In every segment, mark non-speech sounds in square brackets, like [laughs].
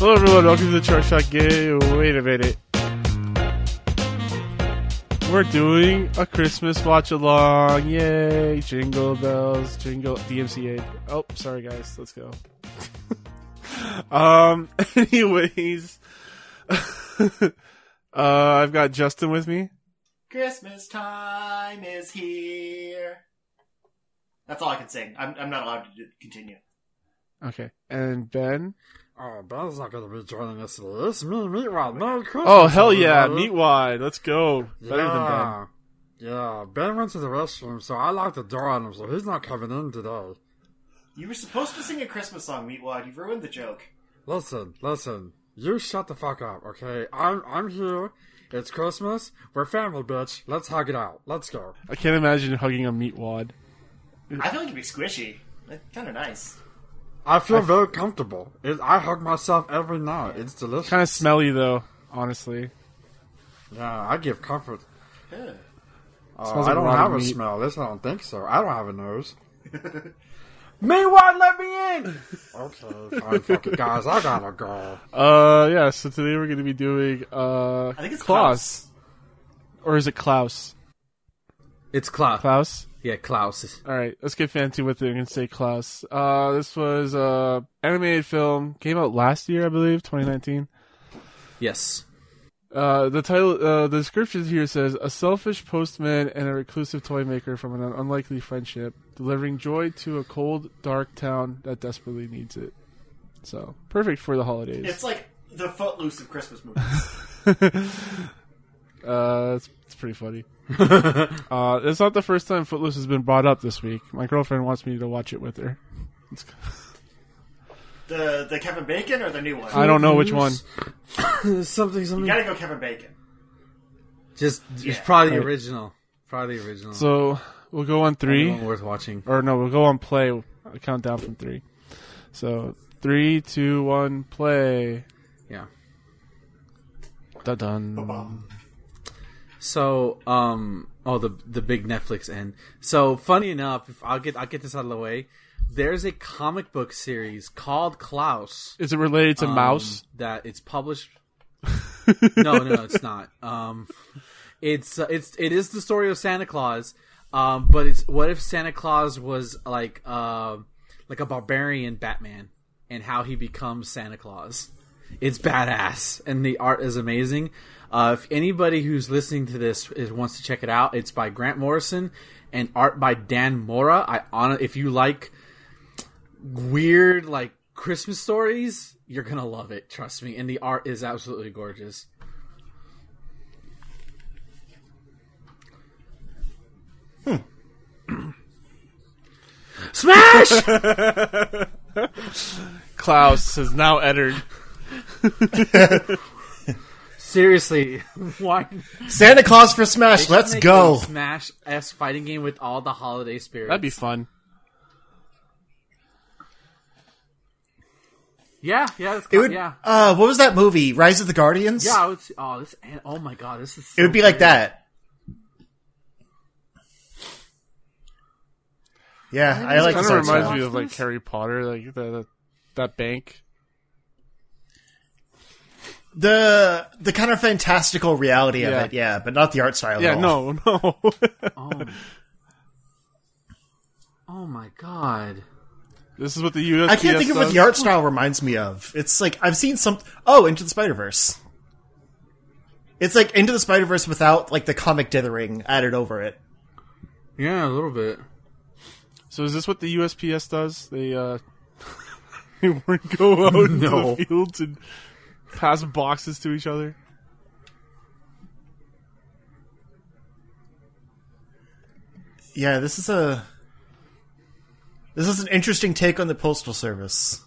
everyone. Welcome to the Truck Shot Gay. Wait a minute. We're doing a Christmas watch along. Yay. Jingle bells, jingle, DMCA. Oh, sorry, guys. Let's go. [laughs] um, [laughs] anyways, [laughs] uh, I've got Justin with me. Christmas time is here. That's all I can sing. I'm, I'm not allowed to do- continue. Okay. And Ben. Oh, Ben's not going to be joining us for this. Me, Meatwad, Merry Christmas. Oh, hell yeah. everybody. Meatwad. Let's go. Better than Ben. yeah. Yeah, Ben went to the restroom, so I locked the door on him, so he's not coming in today. You were supposed to sing a Christmas song, Meatwad. You've ruined the joke. Listen, listen. You shut the fuck up, okay? I'm I'm here. It's Christmas. We're family, bitch. Let's hug it out. Let's go. I can't imagine hugging a meatwad. I feel like it'd be squishy. Kind of nice. I feel very comfortable. It, I hug myself every night. It's delicious. Kind of smelly though, honestly. yeah, I give comfort. Huh. Uh, Smells I like don't rotten have a meat. smell. This I don't think so. I don't have a nose. Meanwhile, let me in. Okay, fine, fuck it, guys. I gotta go. Uh, yeah. So today we're going to be doing uh, I think it's Klaus. or is it Klaus? It's Klaus. Klaus. Yeah, Klaus. All right, let's get fancy with it and say Klaus. Uh, this was uh animated film came out last year, I believe, 2019. Yes. Uh, the title, uh, the description here says a selfish postman and a reclusive toy maker from an unlikely friendship, delivering joy to a cold, dark town that desperately needs it. So perfect for the holidays. It's like the footloose of Christmas movies. Uh, it's, it's pretty funny. [laughs] uh, it's not the first time Footloose has been brought up this week. My girlfriend wants me to watch it with [laughs] her. It's, the the Kevin Bacon or the new one? Uh, I don't know which one. [laughs] something, You something. gotta go Kevin Bacon. Just, it's Yeah. probably Right. the original. Probably the original. So we'll go on three, One worth watching. or no, we'll go on play. I'll count down from three. So three, two, one, play. Yeah. Dun dun. So, um, oh, the the big Netflix end. So, funny enough, if I'll get I'll get this out of the way. There's a comic book series called Klaus. Is it related to um, mouse? that it's published. no, no, no, it's not. Um, it's uh, it's it is the story of Santa Claus. Um, but it's what if Santa Claus was like uh, like a barbarian Batman and how he becomes Santa Claus. It's badass and the art is amazing. Uh, if anybody who's listening to this is, wants to check it out, it's by Grant Morrison and art by Dan Mora. I on if you like weird like Christmas stories, you're gonna love it. Trust me, and the art is absolutely gorgeous. Hmm. [clears throat] [laughs] Smash! Klaus is now entered. Seriously, [laughs] why? Santa Claus for Smash. Let's make go. a Smash S fighting game with all the holiday spirits. That'd be fun. yeah, yeah, that's It would. yeah, Uh, what was that movie? Rise of the Guardians. yeah. I would, see- oh, this. Oh my god, this is. It would be like that. Yeah, I like. Kind the of sound reminds style. me of like this? Harry Potter, like the, the that bank. the the kind of fantastical reality Yeah. of it. Yeah, but not the art style. at Yeah, all. no, [laughs] no. Oh, oh my god. this is what the USPS I can't think of what does. the art style reminds me of. It's like I've seen some. Oh, Into the Spider Verse. It's like Into the Spider Verse without like the comic dithering added over it. Yeah, a little bit. So is this what the USPS does? They uh [laughs] they wouldn't go out into No. the fields and pass boxes to each other. Yeah, this is a this is an interesting take on the postal service.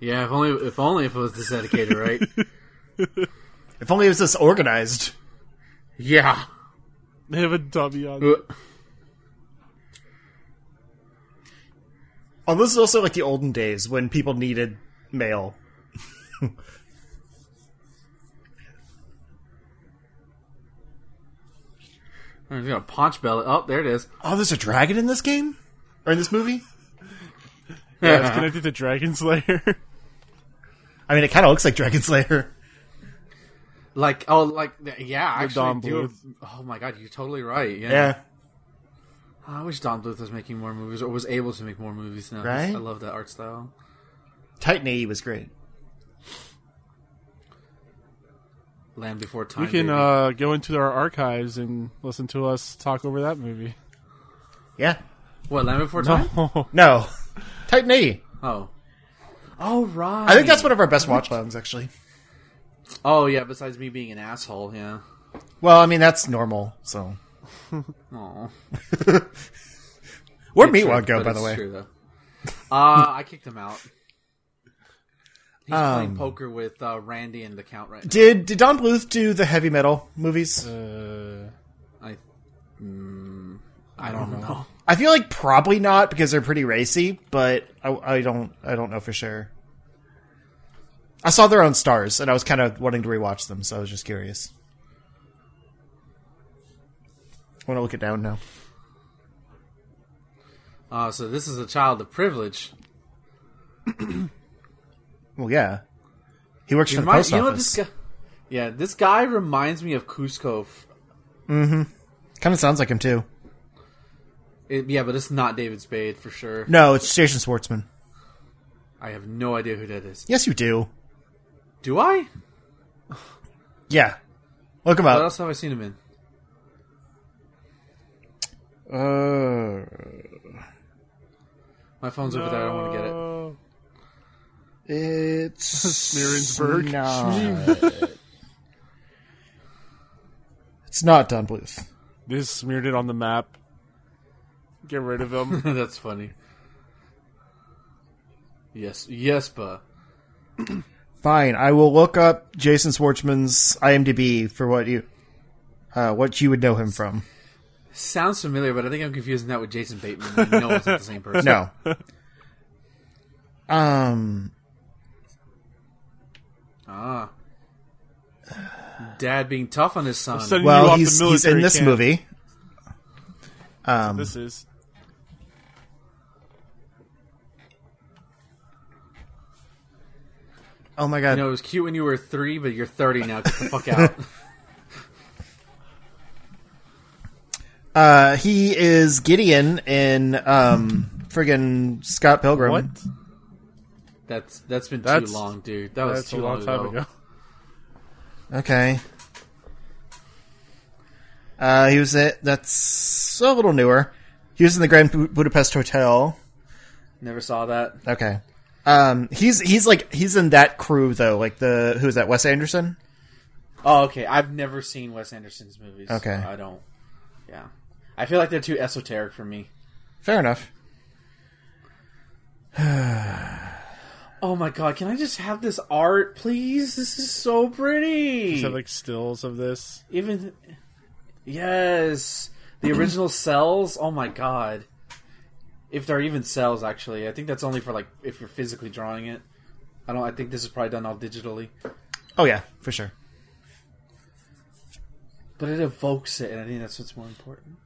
Yeah, if only if only if it was this dedicated, right? [laughs] If only it was this organized. yeah. They have a dummy on. Uh, Oh, this is also like the olden days when people needed mail. I'm just gonna punch belly. Oh, there it is. Oh, there's a dragon in this game or in this movie. [laughs] Yeah, it's connected to Dragon Slayer. I mean, it kind of looks like Dragon Slayer. Like oh, like yeah, I actually Don do. Bluth. Oh my god, you're totally right. [laughs] Yeah. I wish Don Bluth was making more movies or was able to make more movies now. 'cause Right? I love that art style. Titan AE was great. Land Before Time. We can baby. uh, go into our archives and listen to us talk over that movie. Yeah. what Land Before Time? [laughs] No. No. [laughs] Titan AE. Oh. Oh right. I think that's one of our best watch longs, actually. Oh yeah. Besides me being an asshole, yeah. Well, I mean, that's normal, [laughs] so. Oh. [laughs] Where'd Meat Wad go, by the way? True, though. Uh, I kicked him out. He's playing Um, poker with uh, Randy and the Count right now. Did did Don Bluth do the heavy metal movies? Uh, I, mm, I Oh, don't know. I feel like probably not because they're pretty racy, but I, I don't I don't know for sure. I saw their own stars, and I was kind of wanting to rewatch them, so I was just curious. I want to look it down now. Uh, so this is a child of privilege. Well, yeah, he works for the Remi- post you know what office. this guy? Yeah, this guy reminds me of Cusco. f- Kind of sounds like him too. it- yeah, but it's not David Spade for sure. No, it's Jason Schwartzman. I have no idea who that is. Yes, you do. Do I? Yeah, look him What up. else have I seen him in? Uh, My phone's over there. I don't want to get it. [laughs] it's Smearensburg. not. it's not Don Bluth. [laughs] They just smeared it on the map. Get rid of him. [laughs] That's funny. Yes, yes, but Fine, I will look up Jason Schwartzman's IMDb for what you, uh, what you would know him [laughs] from. sounds familiar. But I think I'm confusing that with Jason Bateman. No, it's not the [laughs] same person. No. um. Ah. Dad being tough on his son. Sending you Well, off he's to he's in military this camp. movie. Um, This is Oh my god! You know, it was cute when you were three, but you're 30 now. Get the [laughs] fuck out. Uh, he is Gideon in um friggin' Scott Pilgrim. what? That's that's been That's- too long, dude. That was That's a too long time ago. Okay. Uh, he was at that's a little newer. He was in the Grand Bu- Budapest Hotel. Never saw that. Okay. Um, he's he's like he's in that crew though, like the who's that? Wes Anderson. Oh, okay. I've never seen Wes Anderson's movies. so Okay. I don't. Yeah, I feel like they're too esoteric for me. Fair enough. Oh my god! Can I just have this art, please? This is so pretty. Is that like stills of this? Even yes, the original cells. Oh my god! If they're even cells, actually, I think that's only for like if you're physically drawing it. I don't. I think this is probably done all digitally. Oh yeah, for sure. But it evokes it, and I think that's what's more important.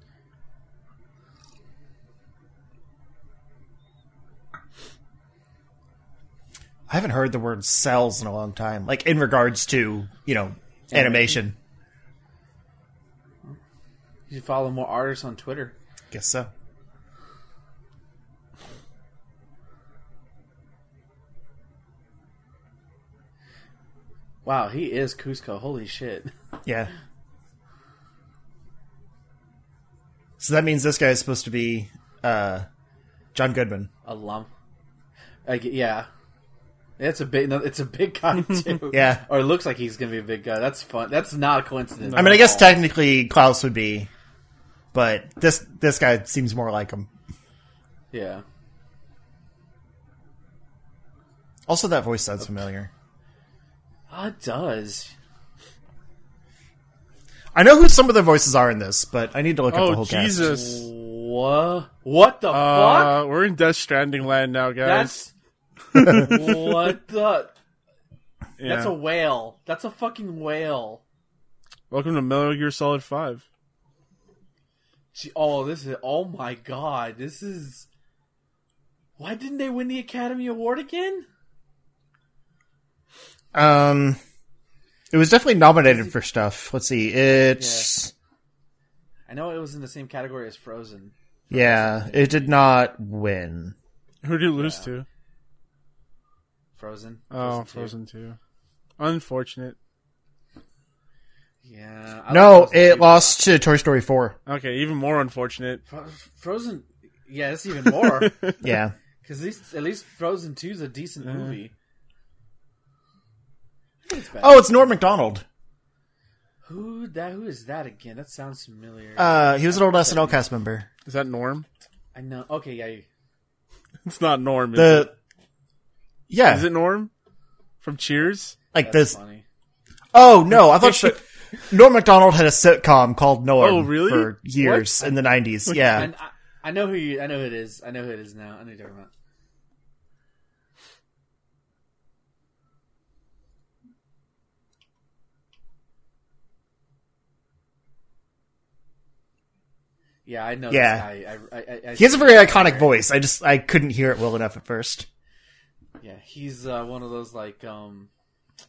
I haven't heard the word cells in a long time. Like in regards to you know animation. You should follow more artists on Twitter. Guess so. Wow, he is Cusco. Holy shit. [laughs] Yeah. So that means this guy is supposed to be uh, John Goodman. Alum. I g yeah. That's a big. No, it's a big guy too. Yeah. or it looks like he's gonna be a big guy. That's fun. That's not a coincidence. I mean, I at guess Oh. all. technically Klaus would be, but this this guy seems more like him. yeah. Also, that voice sounds familiar. Oh, it does. I know who some of the voices are in this, but I need to look up the Oh whole cast. Jesus! What? What the fuck? Uh, we're in Death Stranding land now, guys. That's [laughs] what the. Yeah. That's a whale. That's a fucking whale. Welcome to Metal Gear Solid Five. She, oh, this is. Oh my god, this is. Why didn't they win the Academy Award again? Um, it was definitely nominated for stuff. Let's see. It's I know it was in the same category as Frozen. yeah, it did not win. Who do you lose to? Frozen. Oh, two. Frozen Two. Unfortunate. Yeah. I no, like Frozen it two. lost to Toy Story 4. Okay, even more unfortunate. Fro- Frozen. Yeah, that's even [laughs] more. Yeah. Because at least, at least Frozen 2 is a decent Uh-huh. movie. I think it's bad. oh, it's Norm MacDonald. Who that? Who is that again? That sounds familiar. Uh, he was an old SNL cast member. Is that Norm? [laughs] I know. Okay, yeah. you- It's not Norm. Is The it? yeah, Is it Norm from Cheers? like That's this. funny. Oh [laughs] no, I thought that Norm Macdonald had a sitcom called Norm. Oh, really? For years in the nineties. Yeah, And I, I know who you. I know who it is. I know who it is now. I know who you're talking about. Yeah, I know. Yeah. this guy. I, I, I, I, he has a very iconic voice. I just I couldn't hear it well enough at first. Yeah, he's uh, one of those like um,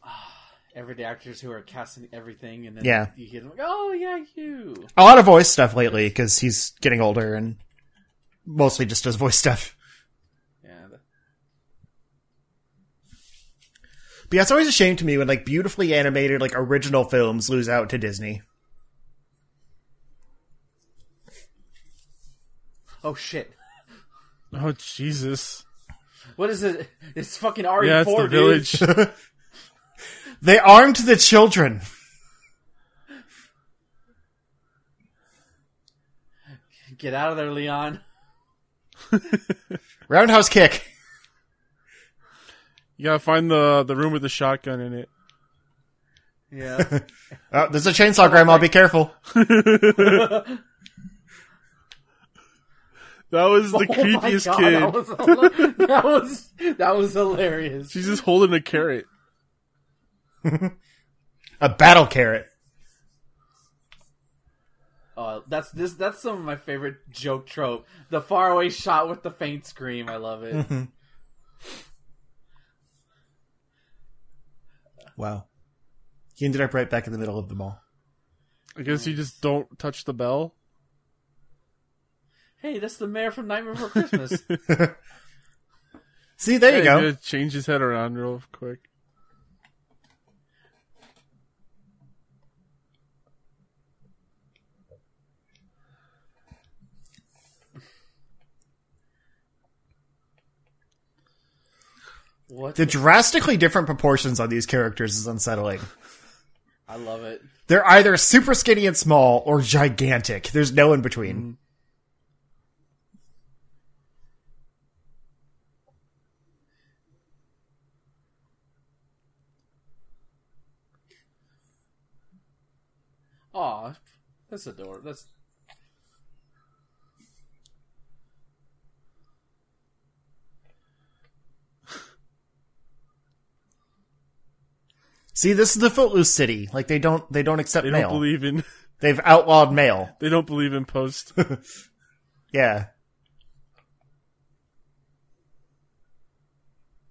[sighs] everyday actors who are casting everything, and then Yeah. you hear them like, "Oh yeah, you." A lot of voice stuff lately because he's getting older and mostly just does voice stuff. Yeah, th- But yeah, it's always a shame to me when like beautifully animated like original films lose out to Disney. Oh shit! Oh Jesus! What is it? [laughs] It's fucking RE4. Yeah, it's the dude. [laughs] village. [laughs] They armed the children. Get out of there, Leon. Roundhouse kick. You gotta find the the room with the shotgun in it. [laughs] Yeah. Oh, there's a chainsaw, Grandma. Be careful. That was the [laughs] Oh my creepiest God, kid. That was, hila- that was that was hilarious. She's just holding a carrot. A battle carrot. Oh, that's this. That's some of my favorite joke trope. The faraway shot with the faint scream. I love it. Mm-hmm. Wow. He ended up right back in the middle of them all. I guess you just don't touch the bell. hey, that's the mayor from Nightmare [laughs] Before Christmas. See, there Yeah, you go. he's gonna Change his head around real quick. what? The drastically different proportions on these characters is unsettling. I love it. They're either super skinny and small or gigantic. There's no in Mm. between. Aw, that's adorable. That's See, this is the Footloose city. Like they don't they don't accept They mail. don't believe in. [laughs] They've outlawed mail. They don't believe in [laughs] post. Yeah.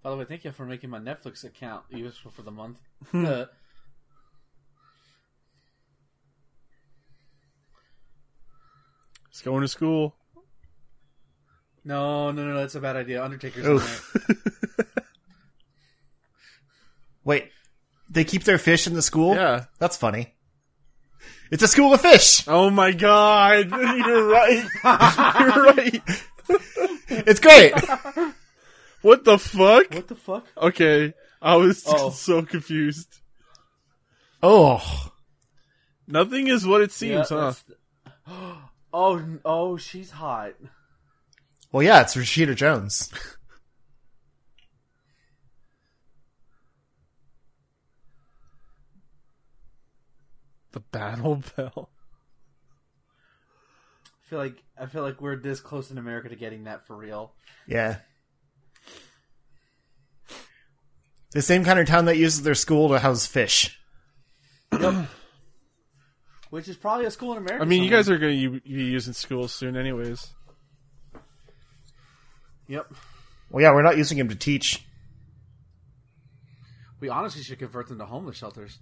by the way. Thank you for making my Netflix account useful for [laughs] the month. Hmm. Uh, He's going to school. no, no, no, no, that's a bad idea. Undertaker's in Oof. there. Wait. They keep their fish in the school? Yeah. That's funny. It's a school of fish. Oh my god! [laughs] You're right. You're right. [laughs] It's great. What the fuck? What the [laughs] fuck? Okay, I was [laughs] just Oh. so confused. oh. Nothing is what it seems, huh? Yeah, that's- [gasps] Oh, n- oh, she's hot. Well, yeah, it's Rashida Jones. The battle bell. I feel like I feel like we're this close in America to getting that for real. Yeah. The same kind of town that uses their school to house fish. Which is probably a school in America. I mean, you guys are going to be using school soon, anyways. Yep. Well, yeah, we're not using him to teach. We honestly should convert them to homeless shelters.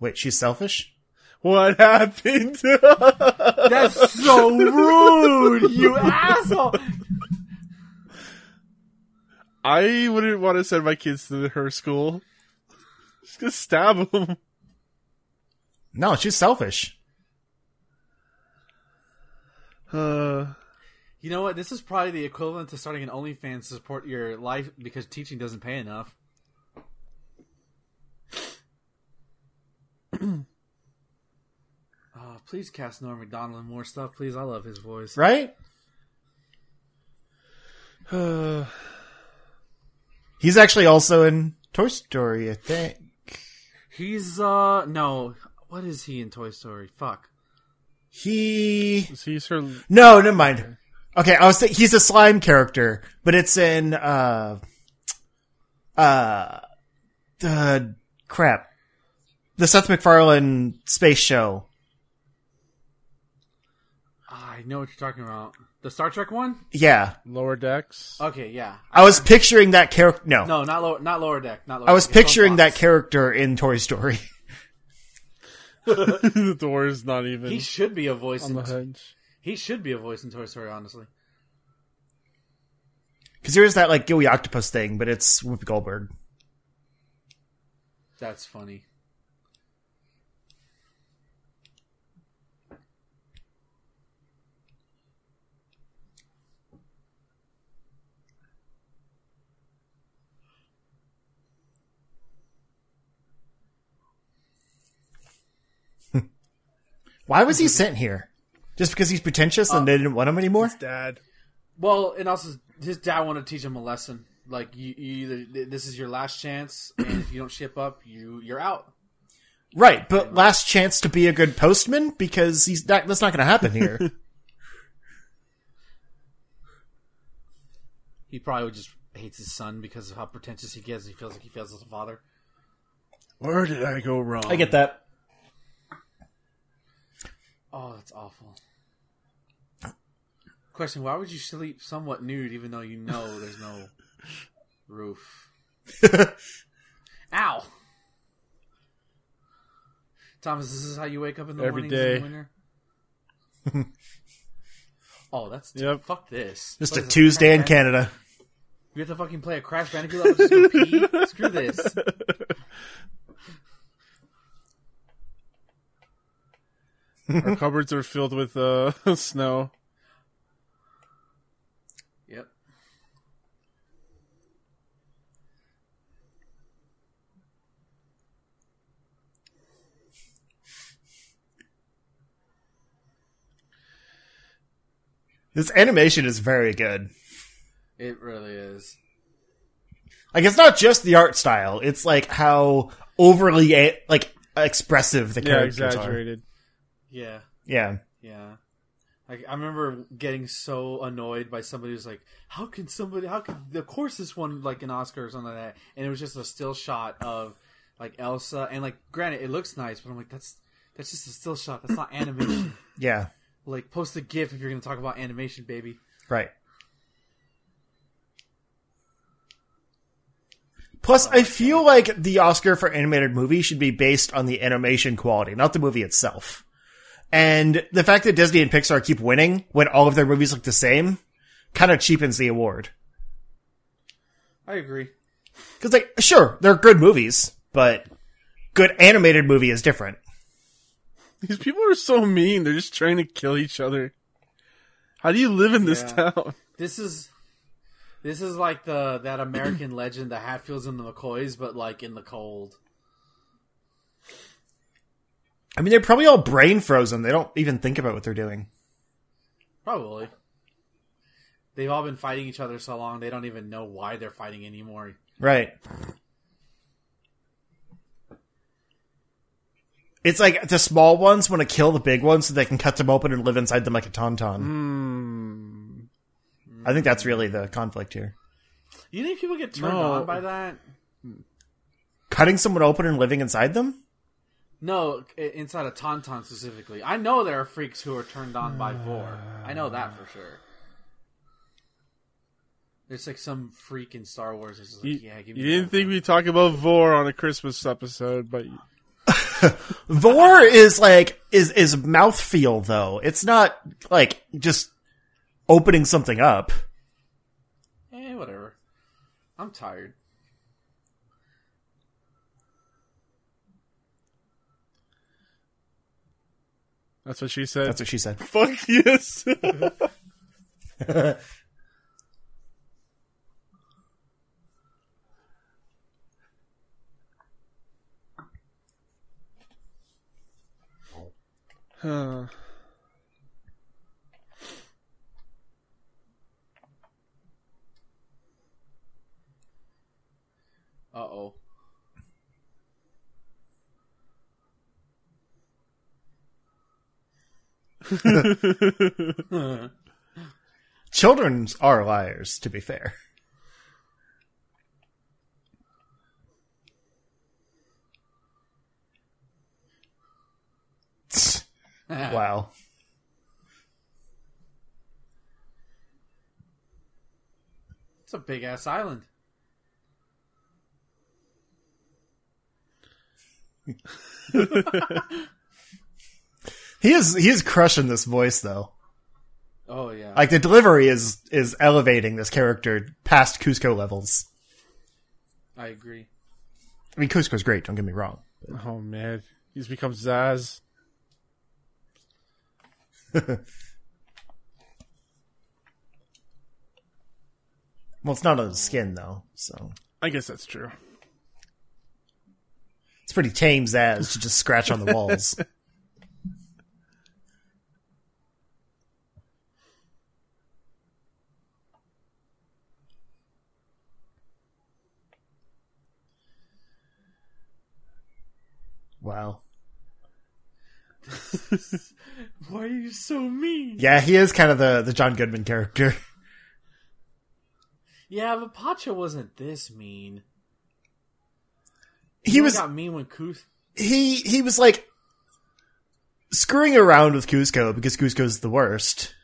Wait, she's selfish? What [laughs] happened? I That's [laughs] so rude, you asshole! wouldn't want to send my kids to her school. Just gonna stab them. No, she's selfish. Uh, You know what? This is probably the equivalent to starting an OnlyFans to support your life because teaching doesn't pay enough. [clears throat] oh, please cast Norm McDonald in more stuff, please. I love his voice. Right? [sighs] uh, He's actually also in Toy Story, I think. He's uh no, what is he in Toy Story? Fuck. He he's her. No, never mind. Okay, I was th- he's a slime character, but it's in uh uh the crap. The Seth MacFarlane space show. Ah, I know what you're talking about. The Star Trek one? Yeah. Lower [laughs] decks. Okay, yeah. I was picturing that character no. No, not lower, not lower deck, not lower I was Deck. It's on picturing Fox. that character in Toy Story. [laughs] the door is not even He should be a voice on the in hedge. he should be a voice in Toy Story, honestly. Because there's that like gooey octopus thing, but it's Whoopi Goldberg. That's funny. Why was he sent here? Just because he's pretentious and they didn't want him anymore? Dad. Well, and also his dad wanted to teach him a lesson. Like you, you either th- this is your last chance, and if you don't ship up, you you're out. Right, but last chance to be a good postman because he's not, that's not going to happen here. He probably just hates his son because of how pretentious he gets. He feels like he fails as a father. Where did I go wrong? [laughs] I get that. Oh, that's awful. Question: Why would you sleep somewhat nude, even though you know there's no roof? Ow, Thomas, this is how you wake up in the Every morning day. in the winter. oh, that's Yep. fuck this. Just What a is this, Tuesday in Crash Band- Canada. We have to fucking play a Crash Bandicoot. I'm just gonna pee. Screw this. Our cupboards are filled with uh, [laughs] snow. Yep. This animation is very good. It really is. Like it's not just the art style; it's like how overly eh, like expressive the Yeah, characters are. exaggerated. Yeah. Yeah, Yeah. Like I remember getting so annoyed by somebody who's like, "How can somebody? How can of course this won like an Oscar or something like that?" And it was just a still shot of like Elsa, and like granted, it looks nice, but I'm like, "That's that's just a still shot. That's not [coughs] animation." yeah, like, post a GIF if you're gonna talk about animation, baby. right. Plus, I feel like the Oscar for animated movie should be based on the animation quality, not the movie itself. And the fact that Disney and Pixar keep winning when all of their movies look the same kind of cheapens the award. I agree. Because, like, sure, they're good movies, but good animated movie is different. These people are so mean. They're just trying to kill each other. How do you live in this Yeah. town? This is this is like the that American [coughs] legend, the Hatfields and the McCoys, but like in the cold. I mean, they're probably all brain frozen. They don't even think about what they're doing. Probably. They've all been fighting each other so long they don't even know why they're fighting anymore. Right. It's like the small ones want to kill the big ones so they can cut them open and live inside them like a tauntaun. Hmm. I think that's really the conflict here. You think people get turned No. on by that? Cutting someone open and living inside them? No, i- inside of Tauntaun specifically. I know there are freaks who are turned on by Vor. I know that for sure. There's like some freak in Star Wars. That's just You, like, [laughs] yeah, give me you didn't that think one." we'd talk about Vor on a Christmas episode, but Vor is like is is mouthfeel though. It's not like just opening something up. Eh, whatever. I'm tired. that's what she said. That's what she [laughs] said. Fuck [laughs] yes. Huh. [laughs] [laughs] Uh oh. Children are liars, to be fair. wow. It's a big ass island. He is he is crushing this voice though. Oh yeah. Like the delivery is is elevating this character past Cusco levels. I agree. I mean Cusco's great, don't get me wrong. Oh man, he's become Zaz. Well, it's not on his skin though, so I guess that's true. it's pretty tame Zaz to just scratch on the walls. wow. Why are you so mean? Yeah, he is kind of the the John Goodman character. [laughs] Yeah, but Pacha wasn't this mean. He was got mean when Kuth. he he was like screwing around with Cusco because Cusco's the worst.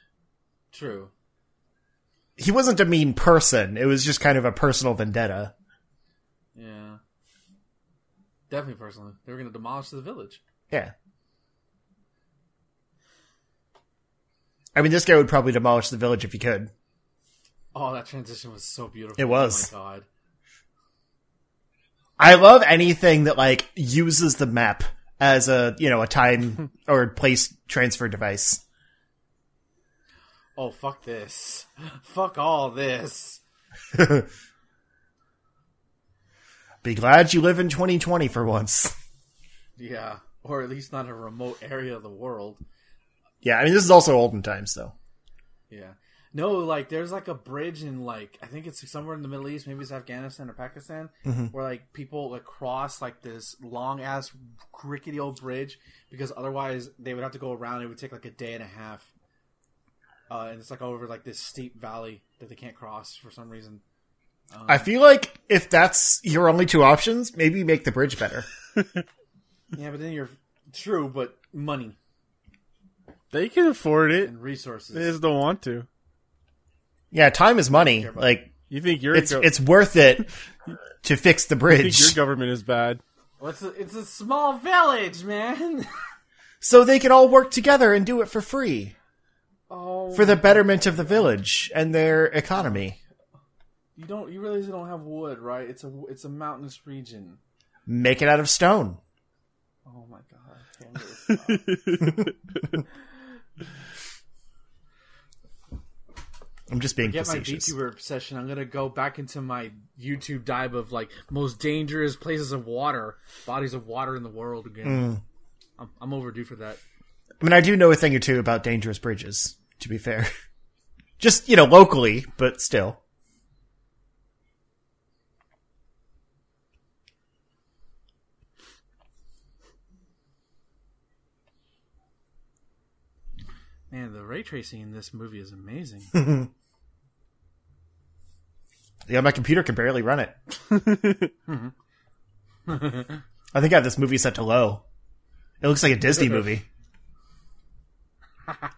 True. He wasn't a mean person. It was just kind of a personal vendetta. Yeah. Definitely personally. They were going to demolish the village. Yeah. I mean, this guy would probably demolish the village if he could. Oh, that transition was so beautiful. It was. Oh my god. I love anything that like uses the map as a you know [laughs] a time or place transfer device. [laughs] Oh, fuck this. [laughs] Fuck all this. Be glad you live in 2020 for once. Yeah. Or at least not a remote area of the world. Yeah, I mean this is also olden times though. Yeah. No, like there's like a bridge in like I think it's somewhere in the Middle East, maybe it's Afghanistan or Pakistan, where like people like cross like this long ass rickety old bridge because otherwise they would have to go around. It would take like a day and a half, uh, and it's like over like this steep valley that they can't cross for some reason. I feel like if that's your only two options, maybe make the bridge better. Yeah, but then you're true, but money They can afford it. and They resources. just don't want to. Yeah, time is money. Care about- Like You think your it's go- it's worth it to fix the you think your bridge, government is bad? What's a, it's a small village, man. so they can all work together and do it for free oh, for the betterment of the village and their economy. you don't you realize you don't have wood, right? It's a it's a mountainous region. Make it out of stone. Oh my god! I can't really stop. I'm just being [laughs] Get my facetious. VTuber obsession. I'm gonna go back into my YouTube dive of like most dangerous places of water, bodies of water in the world again. I'm, I'm overdue for that. I mean, I do know a thing or two about dangerous bridges. To be fair, [laughs] just you know locally, but still. Man, the ray tracing in this movie is amazing. [laughs] Yeah, my computer can barely run it. I think I have this movie set to low. It looks like a Disney movie.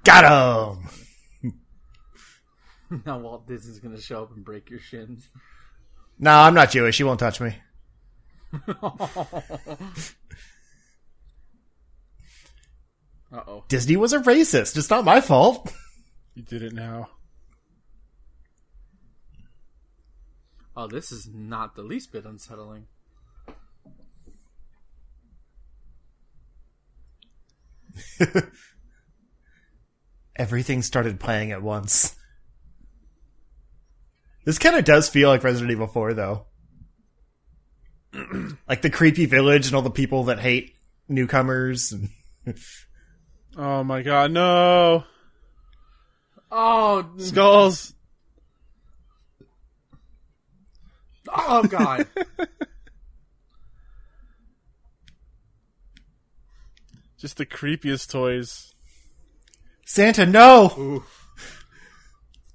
Got him. now Walt Disney's gonna show up and break your shins. [laughs] No, I'm not Jewish. He won't touch me. Uh oh. Disney was a racist. It's not my fault. You did it now. Oh, this is not the least bit unsettling. [laughs] Everything started playing at once. This kind of does feel like Resident Evil 4, though. [clears throat] like the creepy village and all the people that hate newcomers. And [laughs] Oh my god, no! Oh, [laughs] Skulls! oh God. Just the creepiest toys. Santa, no!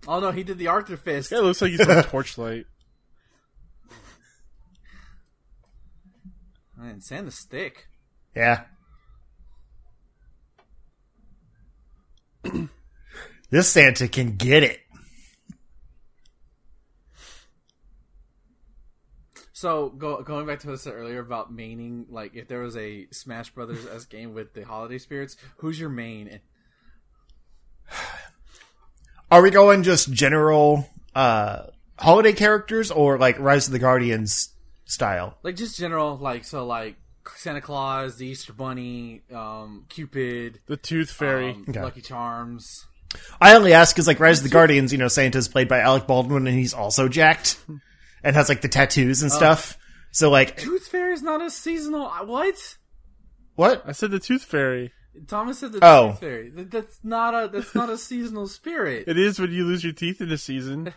oh no, he did the Arthur fist. Yeah, it looks like he's on a torchlight. Man, Santa's thick. Yeah. [clears throat] this Santa can get it. So go, going back to what I said earlier about maining, like if there was a Smash Brothers S game with the holiday spirits, who's your main? Are we going just general uh holiday characters or like Rise of the Guardians style? Like just general, like so, like Santa Claus, the Easter Bunny, um, Cupid, The Tooth Fairy. um, Okay. Lucky Charms. I only ask because like Rise of the Guardians, you know, Santa's played by Alec Baldwin and he's [laughs] also jacked and has like the tattoos Oh. and stuff. So like Tooth Fairy is not a seasonal. uh, What? what? I said the Tooth Fairy. Thomas said the Oh. Tooth Fairy. That- That's not a [laughs] that's not a seasonal spirit. It is when you lose your teeth in a season.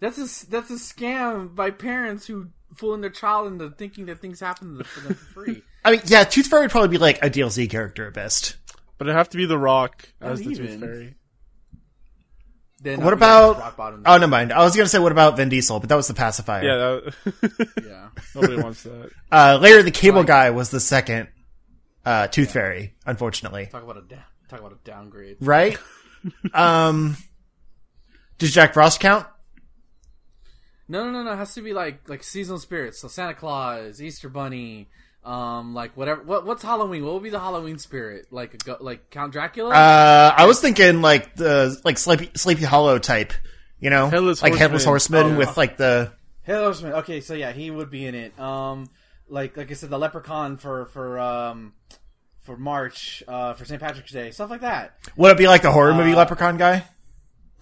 That's a that's a scam by parents who fooling their child into thinking that things happen to [laughs] them for free. I mean, yeah, Tooth Fairy would probably be like a DLC character at best. But it'd have to be The Rock as the even. Tooth Fairy. Then What I'll be like about? rock bottom. Oh, never mind. I was gonna say what about Vin Diesel, but that was the pacifier. Yeah, that, [laughs] yeah. nobody wants that. Uh, Larry the Cable Guy was the second uh, Tooth Fairy, unfortunately. Talk about a down, talk about a downgrade. Right? [laughs] um, does Jack Frost count? No, no, no, no. It has to be like like seasonal spirits. So Santa Claus, Easter Bunny, um, like whatever. What what's Halloween? What would be the Halloween spirit? Like a go, like Count Dracula? Uh, I was thinking like the like Sleepy Sleepy Hollow type, you know, Headless like headless Horseman. Oh, horseman with like the Hello, Horseman. Okay, so yeah, he would be in it. Um, like like I said, the Leprechaun for for um for March, uh, for St. Patrick's Day, stuff like that. would it be like the horror movie Leprechaun guy?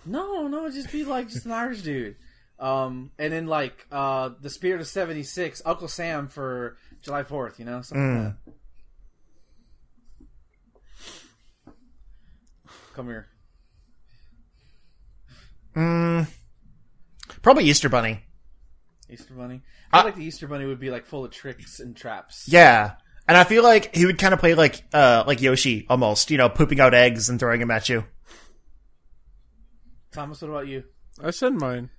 No, no, just be like just an Irish dude. Um, and then like uh, the Spirit of '76, Uncle Sam for July Fourth. You know, something like that. Come here. Probably Easter Bunny. Easter Bunny. I feel Uh, like the Easter Bunny would be like full of tricks and traps. Yeah, and I feel like he would kind of play like uh like Yoshi almost, you know, pooping out eggs and throwing them at you. Thomas, what about you? I said mine.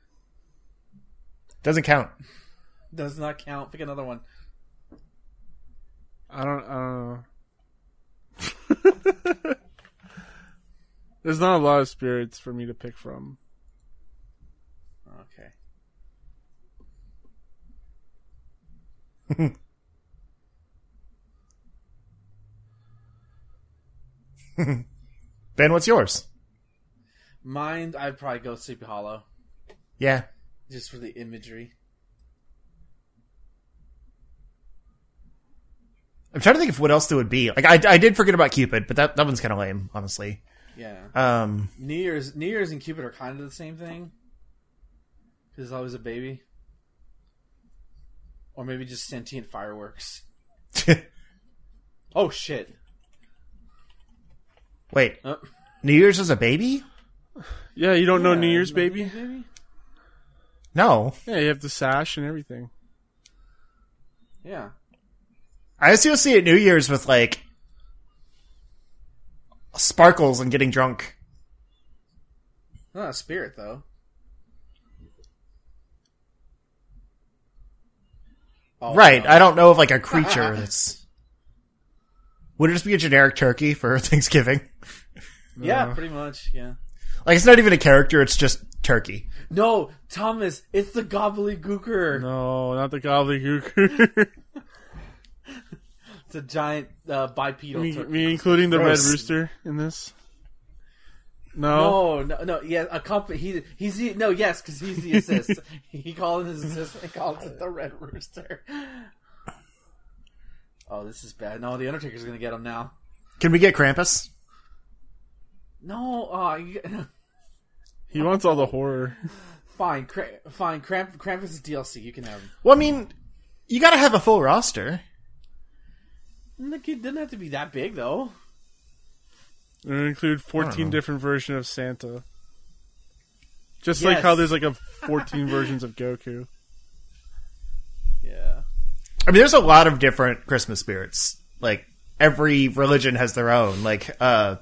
Doesn't count. Does not count. Pick another one. I don't. I don't know. [laughs] There's not a lot of spirits for me to pick from. Okay. Ben, what's yours? Mine, I'd probably go Sleepy Hollow Yeah, just for the imagery. I'm trying to think of what else there would be. Like I, I did forget about Cupid, but that that one's kind of lame, honestly. Yeah. Um, [laughs] New Year's, New Year's and Cupid are kind of the same thing. Because it's always a baby, or maybe just sentient fireworks. Oh shit! wait, Oh. New Year's as a baby? Yeah, you don't know Yeah, New Year's no baby? uh, baby. No, Yeah, you have the sash and everything. Yeah. I associate New Year's with like sparkles and getting drunk. Not a spirit though. Oh, right. no. I don't know of like a creature that's. Would it just be a generic turkey for [laughs] Thanksgiving? Yeah, pretty much. Yeah. Like it's not even a character; it's just turkey. No, Thomas, it's the gobbledygooker. No, not the gobbledygooker. It's a giant uh, [laughs] bipedal me, turkey. me including the Gross. red rooster in this. No, No, no, no. Yeah, a comp. He, he's the no. Yes, because he's the assist. [laughs] he called his assist and calls it the Red Rooster. Oh, this is bad. No, the Undertaker's gonna get him now. Can we get Krampus? No, uh, you- he wants all the horror. [laughs] fine, Kra- fine. Kramp- Krampus is DLC. You can have him. Well, I mean, you got to have a full roster. Look, it didn't have to be that big though. It would include 14 different versions of Santa. Just like Yes. how there's like a 14 versions of Goku. Yeah. I mean, there's a lot of different Christmas spirits. Like every religion has their own. Like, uh,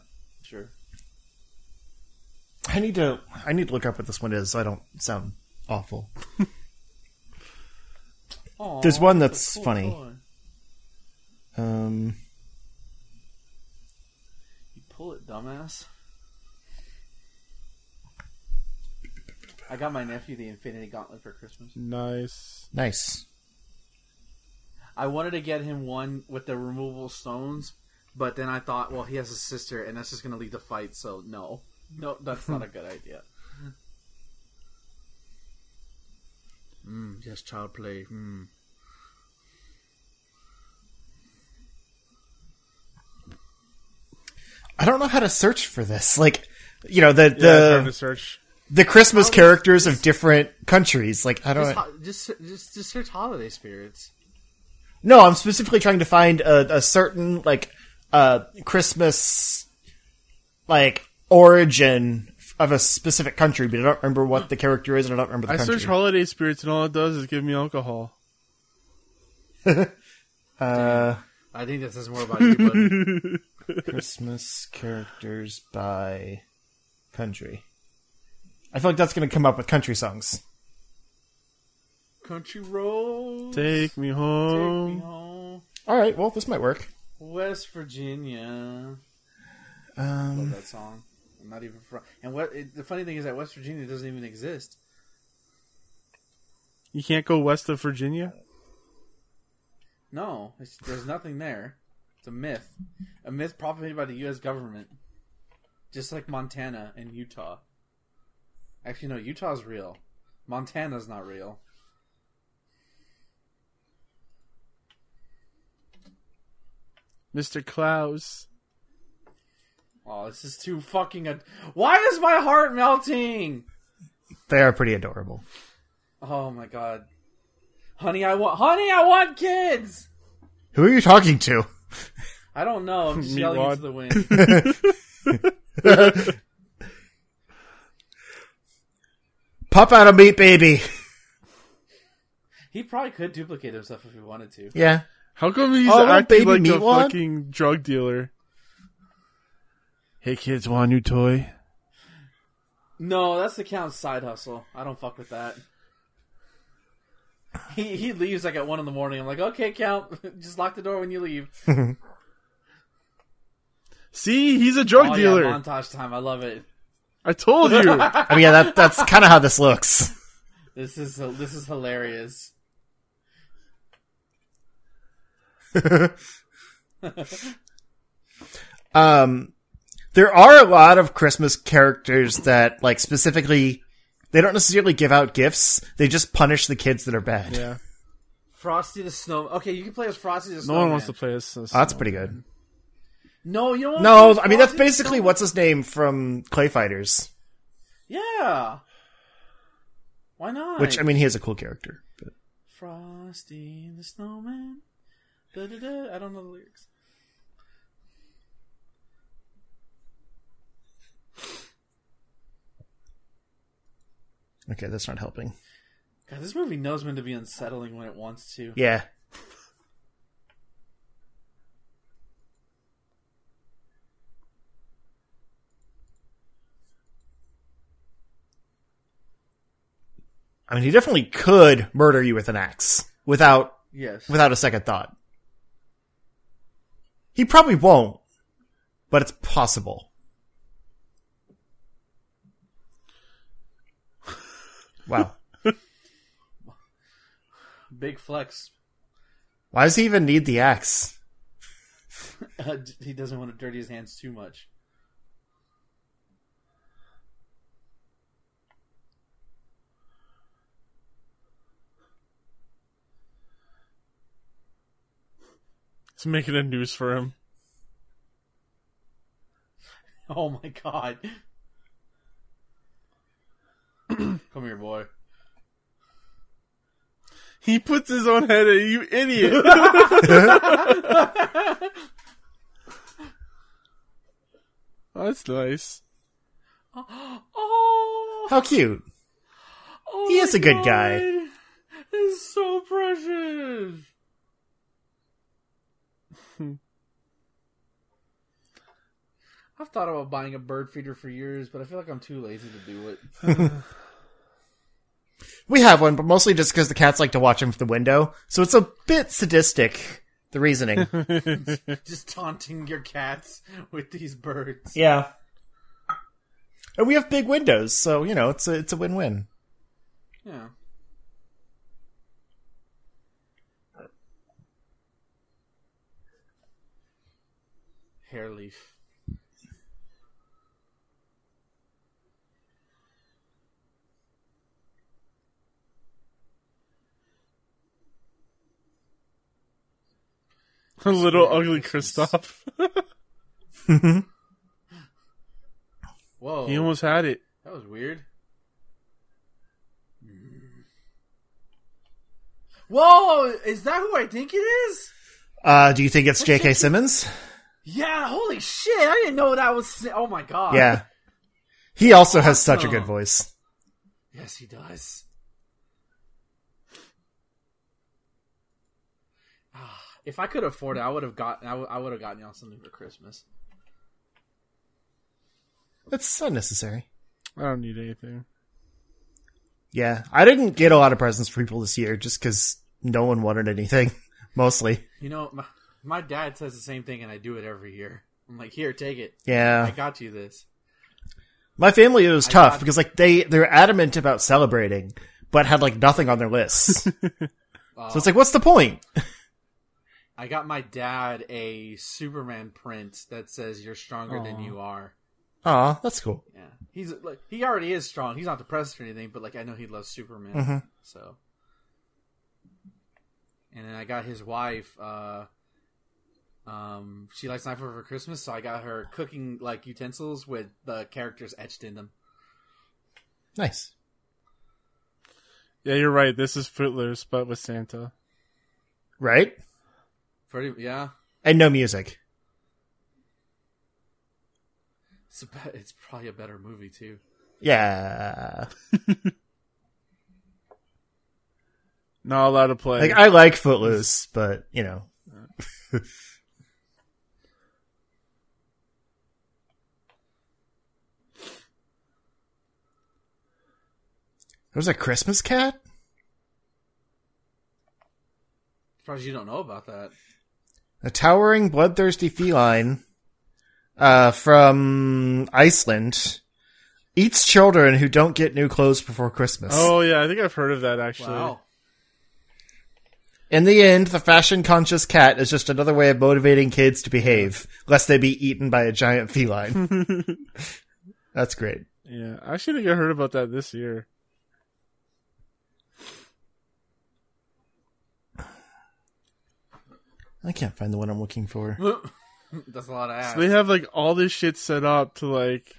Sure. I need to I need to look up what this one is so I don't sound awful. Aw, There's one a that's cool funny. toy. Um, You pull it, dumbass. I got my nephew the Infinity Gauntlet for Christmas. Nice. nice. I wanted to get him one with the removable stones, but then I thought, well, he has a sister, and that's just going to lead to fight. So no, no, that's not a good idea. Mm, yes, child play. Mm. I don't know how to search for this. Like, you know, the Yeah, it's hard to the search. the Christmas characters of different countries. Like, I Just, don't. ho- just, just, just search holiday spirits. No, I'm specifically trying to find a, a certain like uh Christmas like origin of a specific country, but I don't remember what the character is, and I don't remember the I country. search holiday spirits and all it does is give me alcohol. uh, I think that says more about you, [laughs] but Christmas characters by country. I feel like that's going to come up with country songs. country road. Take me take home. me home, All right, well, this might work. West Virginia. Love Um, that song. I'm not even from. And what it, the funny thing is that West Virginia doesn't even exist. You can't go west of Virginia? No, it's, there's nothing there. It's a myth. A myth propagated by the U.S. government. Just like Montana and Utah. Actually, no, Utah's real. Montana's not real. Mr. Klaus. Oh, this is too fucking. Ad- Why is my heart melting? they are pretty adorable. Oh my god. Honey, I want. Honey, I want kids! Who are you talking to? I don't know. I'm just Me yelling want- into the wind. Pop out a meat, baby. he probably could duplicate himself if he wanted to. Yeah. How come he's Oh, that acting baby like a meatwad? fucking drug dealer? Hey kids, want a new toy? No, that's the count's side hustle. I don't fuck with that. He he leaves like at one in the morning. I'm like, okay, count, [laughs] just lock the door when you leave. See, he's a drug Oh, yeah, dealer. montage time. I love it. I told [laughs] you. I mean, yeah, that, that's kind of how this looks. This is this is hilarious. um, there are a lot of Christmas characters that, like, specifically, they don't necessarily give out gifts. They just punish the kids that are bad. yeah. Frosty the Snow. Okay, you can play as Frosty the No Snow. one wants to play this. Oh, that's pretty good. No, you don't. wanna play No, as I mean that's Frosty the basically Snowman. what's his name from Clay Fighters, Yeah. Why not? which I mean he is a cool character. But. Frosty the Snowman. Da, da, da. I don't know the lyrics. Okay, that's not helping. God, this movie knows when to be unsettling when it wants to. Yeah, I mean he definitely could murder you with an axe without Yes. without a second thought. He probably won't, but it's possible. Wow. Big flex. [laughs] Why does he even need the axe? Uh, d- he doesn't want to dirty his hands too much. [laughs] It's making a noose for him. Oh my god. [clears throat] Come here, boy. [laughs] He puts his own head in, you [laughs] idiot. That's nice. Oh, How cute. oh He is my a good guy. God. It's so precious. [laughs] I've thought about buying a bird feeder for years, but I feel like I'm too lazy to do it. We have one, but mostly just because the cats like to watch him from the window. So it's a bit sadistic, the reasoning. [laughs] Just taunting your cats with these birds. yeah. And we have big windows, so, you know, it's a, it's a win-win. Yeah. Hair leaf. [laughs] A little ugly Kristoff. Whoa. [laughs] He almost had it. That was weird. Whoa! Is that who I think it is? Uh, do you think it's J.K. Simmons? Yeah, holy shit! I didn't know that was. Sin- Oh my god. Yeah. He also has such a good Awesome. voice. [laughs] Yes, he does. [sighs] Ah, If I could afford it, I would have gotten. I would have gotten y'all something for Christmas. That's unnecessary. I don't need anything. Yeah. I didn't get a lot of presents for people this year just because no one wanted anything, [laughs] mostly. You know, my, my dad says the same thing, and I do it every year. I'm like, here, take it. Yeah. I got you this. My family it was I tough got- because like they they're adamant about celebrating, but had like nothing on their [laughs] lists. so Uh, it's like, what's the point? I got my dad a Superman print that says "You're stronger than you are." Aw, that's cool. Yeah, he's like he already is strong. He's not depressed or anything, but like I know he loves Superman. Mhm. So, and then I got his wife. uh Um, she likes knife for Christmas, so I got her cooking like utensils with the characters etched in them. Nice. Yeah, you're right. This is Footloose, but with Santa. Right? Pretty, yeah. And no music. It's a, be- it's probably a better movie too. Yeah. Not allowed to play. Like I like Footloose, but you know. [laughs] There's a Christmas cat? Surprised you don't know about that. a towering bloodthirsty feline uh, from Iceland eats children who don't get new clothes before Christmas. oh yeah, I think I've heard of that actually. Wow. [laughs] In the end, the fashion conscious cat is just another way of motivating kids to behave, lest they be eaten by a giant feline. [laughs] That's great. Yeah, I should have heard about that this year. I can't find the one I'm looking for. That's a lot of ass. So they have like all this shit set up to like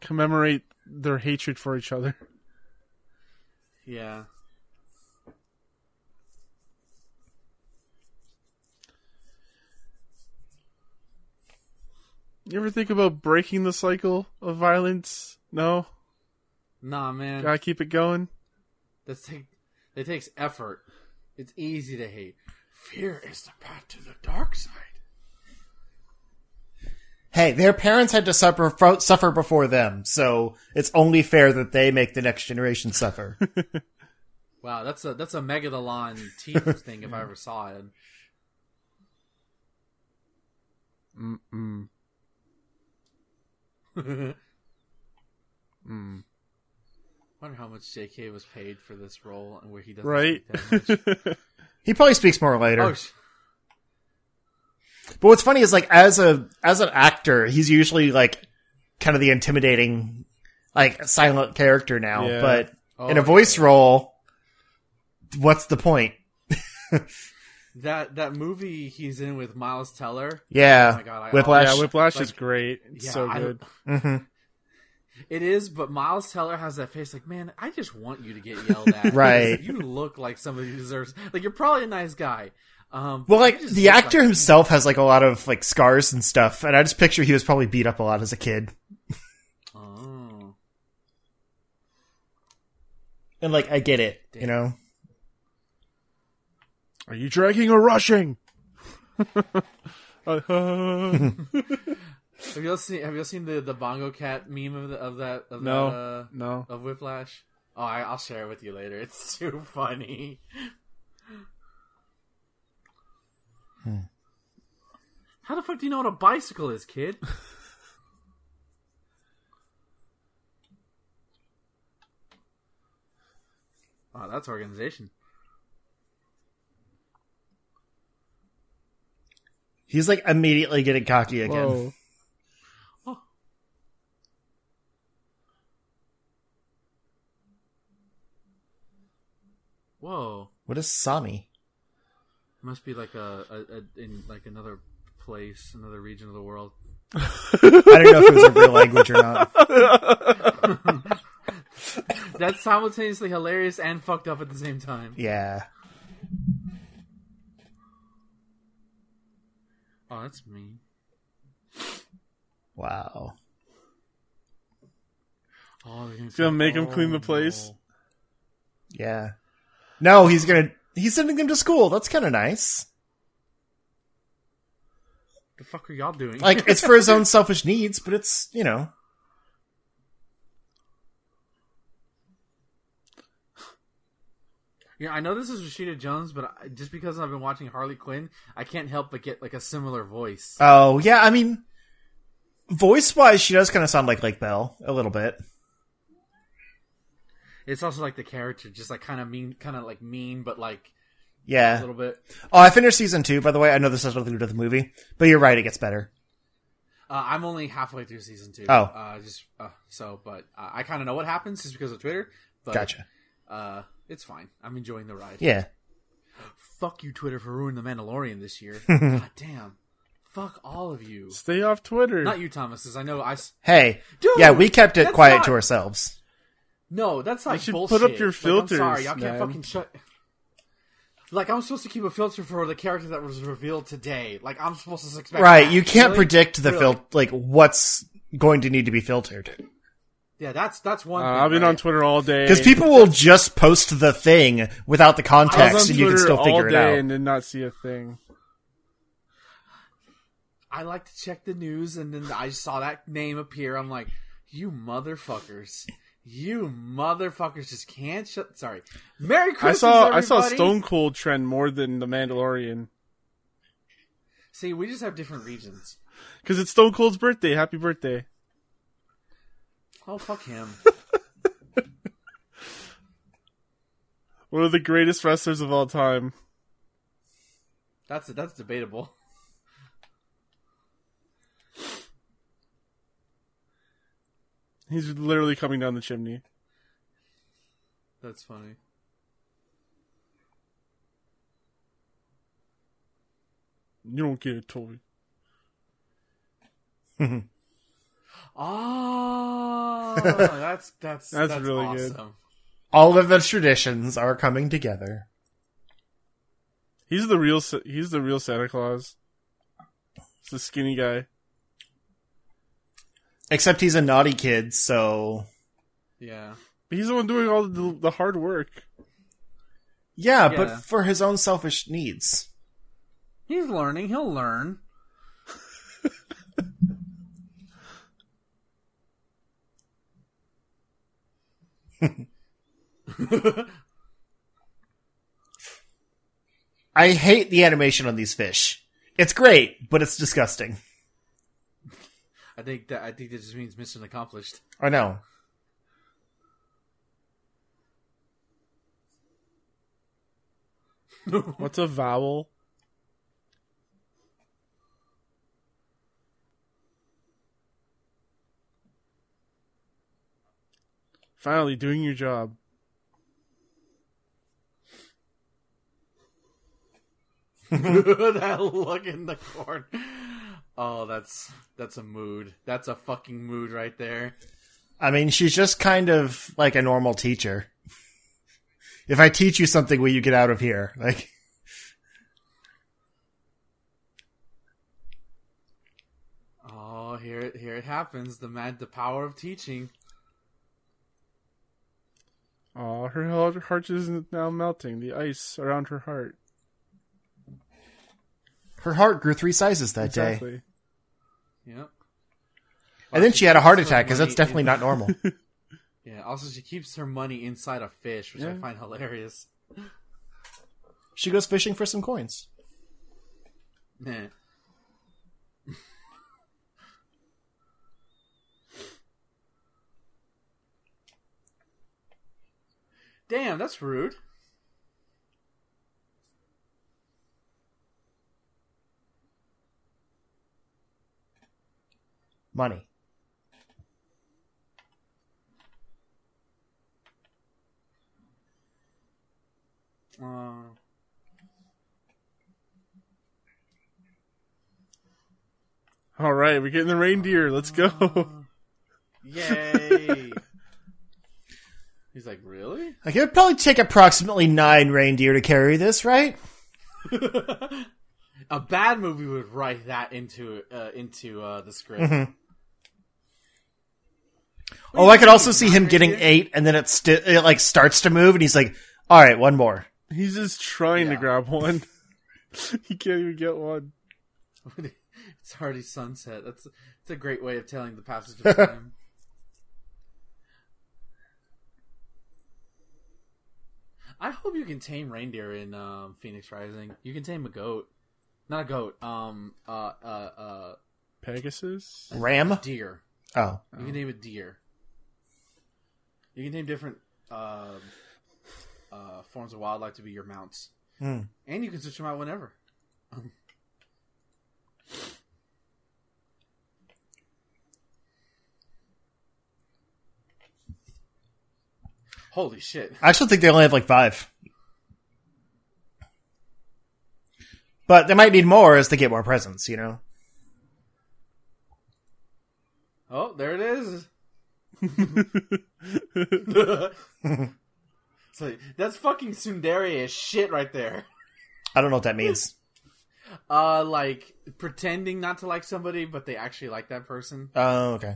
commemorate their hatred for each other. yeah. You ever think about breaking the cycle of violence? No, Nah, man. gotta keep it going. That's take that takes effort. It's easy to hate. Fear is the path to the dark side. Hey, their parents had to suffer fro- suffer before them, so it's only fair that they make the next generation [laughs] suffer. Wow, that's a that's a [laughs] Megalodon team thing if I ever saw it. [laughs] Mm-mm. Mm. wonder how much J.K. was paid for this role and where he doesn't Right? speak that much. He probably speaks more later. oh, sh- But what's funny is like as a as an actor, he's usually like kind of the intimidating, like silent character now. Yeah. But oh, in a yeah. voice role, what's the point? That that movie he's in with Miles Teller. Oh Yeah, my God, I- Whiplash. Yeah, Whiplash is Like- great. It's Yeah, so I good. don't- hmm It is, but Miles Teller has that face like, man, I just want you to get [laughs] yelled at. Right. You look like somebody who deserves like you're probably a nice guy. Um Well, you like just the look actor like- himself has like a lot of like scars and stuff, and I just picture he was probably beat up a lot as a kid. Oh. And like I get it, you know. Are you dragging or [laughs] rushing? [laughs] Uh, [laughs] Have you all seen have you all seen the, the Bongo Cat meme of the, of that of No. that, uh, no. of Whiplash? Oh, I, I'll share it with you later. [laughs] It's too funny. Hmm. How the fuck do you know what a bicycle is, kid? wow, that's organization. He's like immediately getting cocky Oh, again. Whoa. Whoa, What is Sami? must be like a, a, a in like another place, another region of the world. [laughs] I don't know if it was a real language or not. That's simultaneously hilarious and fucked up at the same time. Yeah. Oh, that's mean. Wow. Oh, they're gonna, Gonna say, make him clean "Oh, the place." no." Yeah. No, he's gonna. He's sending them to school. That's kind of nice. The fuck are y'all doing? Like it's for his [laughs] own selfish needs, but it's you know. Yeah, I know this is Rashida Jones, but I, just because I've been watching Harley Quinn, I can't help but get like a similar voice. Oh yeah, I mean, voice wise, she does kind of sound like Lake Bell a little bit. It's also like the character, just like kind of mean, kind of like mean, but like a Yeah. little bit. Oh, I finished season two, by the way. I know this has nothing to do with the movie, but you're right. It gets better. Uh, I'm only halfway through season two. Oh. uh, just uh, so, but uh, I kind of know what happens just because of Twitter. But, Gotcha. Uh, it's fine. I'm enjoying the ride. Yeah. Fuck you, Twitter, for ruining the Mandalorian this [laughs] year. God damn. Fuck all of you. Stay off Twitter. Not you, Thomas, because I know I. s- Hey. Dude, yeah, we kept it that's quiet not- to ourselves. No, that's like should bullshit. put up your Like, I'm sorry, filters, y'all can't man. fucking shut. [laughs] Like I'm supposed to keep a filter for the character that was revealed today. Like I'm supposed to expect. Right. that. You can't Really? predict the Really? fil- like what's going to need to be filtered Yeah, that's that's Uh, one. thing, I've been right? on Twitter all day. because people will just post the thing without I the was context, on and you Twitter can still all figure it day out. and did not see a thing. I like to check the news, and then I saw that name appear. I'm like, you motherfuckers. You motherfuckers just can't shut. Sorry, Merry I Christmas! saw I saw everybody! Stone Cold trend more than The Mandalorian See, we just have different regions. because it's Stone Cold's birthday. Happy birthday! Oh [laughs] fuck him! One of the greatest wrestlers of all time. That's that's debatable. He's literally coming down the chimney. That's funny. You don't get a toy. [laughs] Oh, that's That's that's that's, really good. awesome. All of the traditions are coming together. He's the real Sa- he's the real Santa Claus. It's the skinny guy. Except he's a naughty kid, so Yeah, But he's the one doing all the, the hard work. yeah, Yeah. but for his own selfish needs. he's learning. He'll learn. I hate the animation on these fish. It's great, but it's disgusting. I think that I think that just means [laughs] mission accomplished. [laughs] I know. What's a vowel? Finally, doing your job. that look in the corner. Oh, that's that's a mood. That's a fucking mood right there. I mean, she's just kind of like a normal teacher. if I teach you something, will you get out of here? Like, Oh, here it here it happens. The mad the power of teaching. Aw, her hel- heart is now melting. The ice around her heart. her heart grew three sizes that day. Exactly. Yep. And then she had a heart Lots of attack because money that's definitely in- not normal. Yeah. Also, she keeps her money inside a fish, which I Yeah. find hilarious. [laughs] she goes fishing for some coins. Meh. Damn, that's rude. Money. [laughs] Uh, All right, we're getting the reindeer. Let's go. [laughs] yay! He's like, really? [laughs] Like, it would probably take approximately nine reindeer to carry this, right? A bad movie would write that into uh, into uh, the script. Mm-hmm. Oh, I could also see him Nine getting reindeer? eight, and then it, sti- it like starts to move, and he's like, "All right, one more." He's just trying to Yeah. [laughs] grab one. he can't even get one. [laughs] it's already sunset. That's it's a great way of telling the passage of time. I hope you can tame reindeer in um, Phoenix Rising. You can tame a goat, not a goat. Um, uh, uh, uh, Pegasus? Ram. deer. Oh, You can name a deer. You can name different um uh, forms of wildlife to be your mounts, Hmm. and you can switch them out whenever. Holy shit! I actually think they only have like five, but they might need more as they get more presents. You know, Oh, there it [laughs] is. [laughs] so that's fucking tsundere as shit right there. I don't know what that means. Uh, like pretending not to like somebody, but they actually like that person. Oh, okay.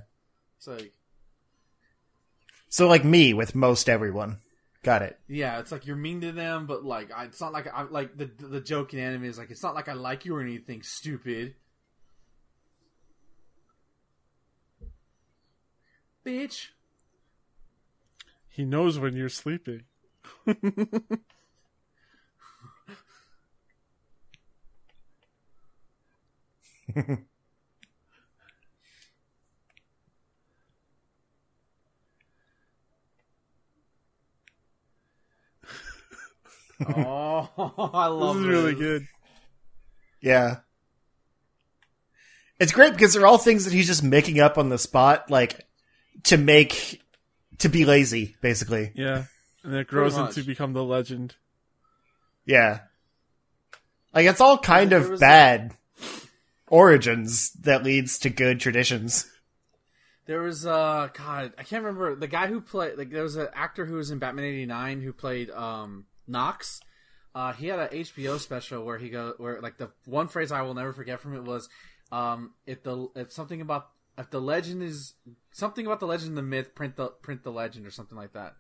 It's like, So like me with most everyone. Got it. yeah, it's like you're mean to them, but like, I, it's not like I like the the joke in anime is like it's not like I like you or anything stupid. [laughs] Bitch. He knows when you're sleeping. Oh, [laughs] I This love is really good. Yeah. It's great because they're all things that he's just making up on the spot, like to make to be lazy, basically. Yeah. And it grows much. into become the legend. Yeah. Like it's all kind There of was bad origins that leads to good traditions. There was uh God, I can't remember the guy who played like there was an actor who was in Batman eighty nine who played um Knox. Uh, he had a HBO special where he go where like the one phrase I will never forget from it was um if the if something about if the legend is something about the legend and the myth print the print the legend or something like that.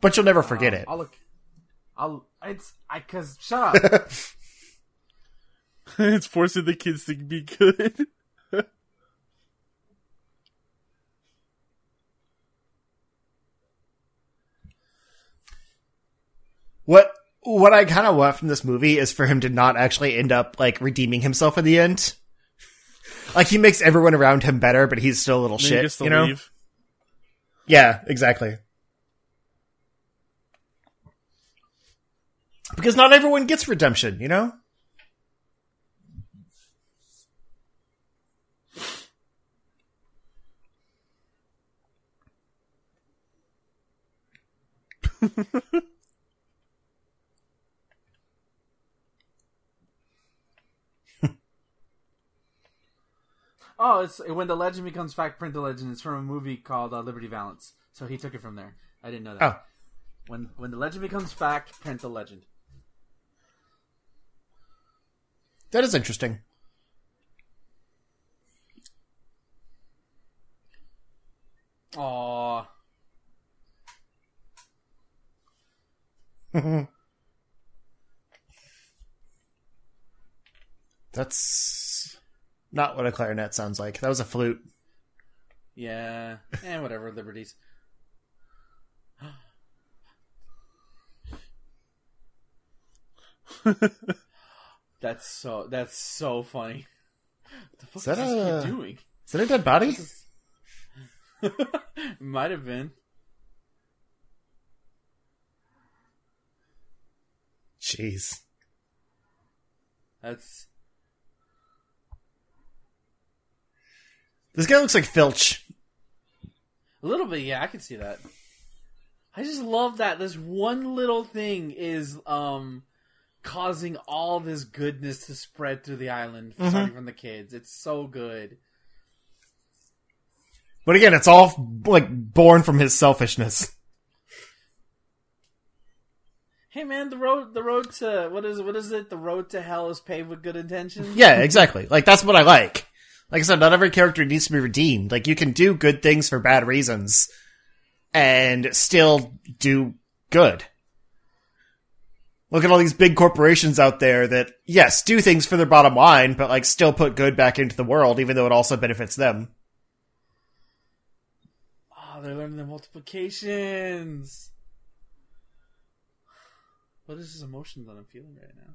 But you'll never forget Um, it. I'll look. I'll it's I cause [laughs] shut up. [laughs] it's forcing the kids to be good. [laughs] What what I kind of want from this movie is for him to not actually end up like redeeming himself in the end. Like he makes everyone around him better, but he's still a little Then he shit. gets to you know? leave. Yeah, exactly. Because not everyone gets redemption, you know? Oh, it's when the legend becomes fact. Print the legend. It's from a movie called uh, Liberty Valance. So he took it from there. I didn't know that. Oh. When when the legend becomes fact, print the legend. That is interesting. Aw. That's not what a clarinet sounds like. That was a flute. Yeah. And whatever liberties. [laughs] that's so that's so funny. What the fuck is, that this a- kid doing? [laughs] Is that a dead body? Might have been. Jeez. That's This guy looks like Filch. A little bit, yeah, I can see that. I just love that this one little thing is um causing all this goodness to spread through the island starting from the kids. It's so good. But again, it's all like born from his selfishness. Hey man, the road the road to what is what is it? The road to hell is paved with good intentions. Yeah, exactly. Like that's what I like. Like I said, not every character needs to be redeemed. Like you can do good things for bad reasons and still do good. Look at all these big corporations out there that, yes, do things for their bottom line, but like still put good back into the world, even though it also benefits them. Oh, they're learning the multiplications. What is this emotion that I'm feeling right now?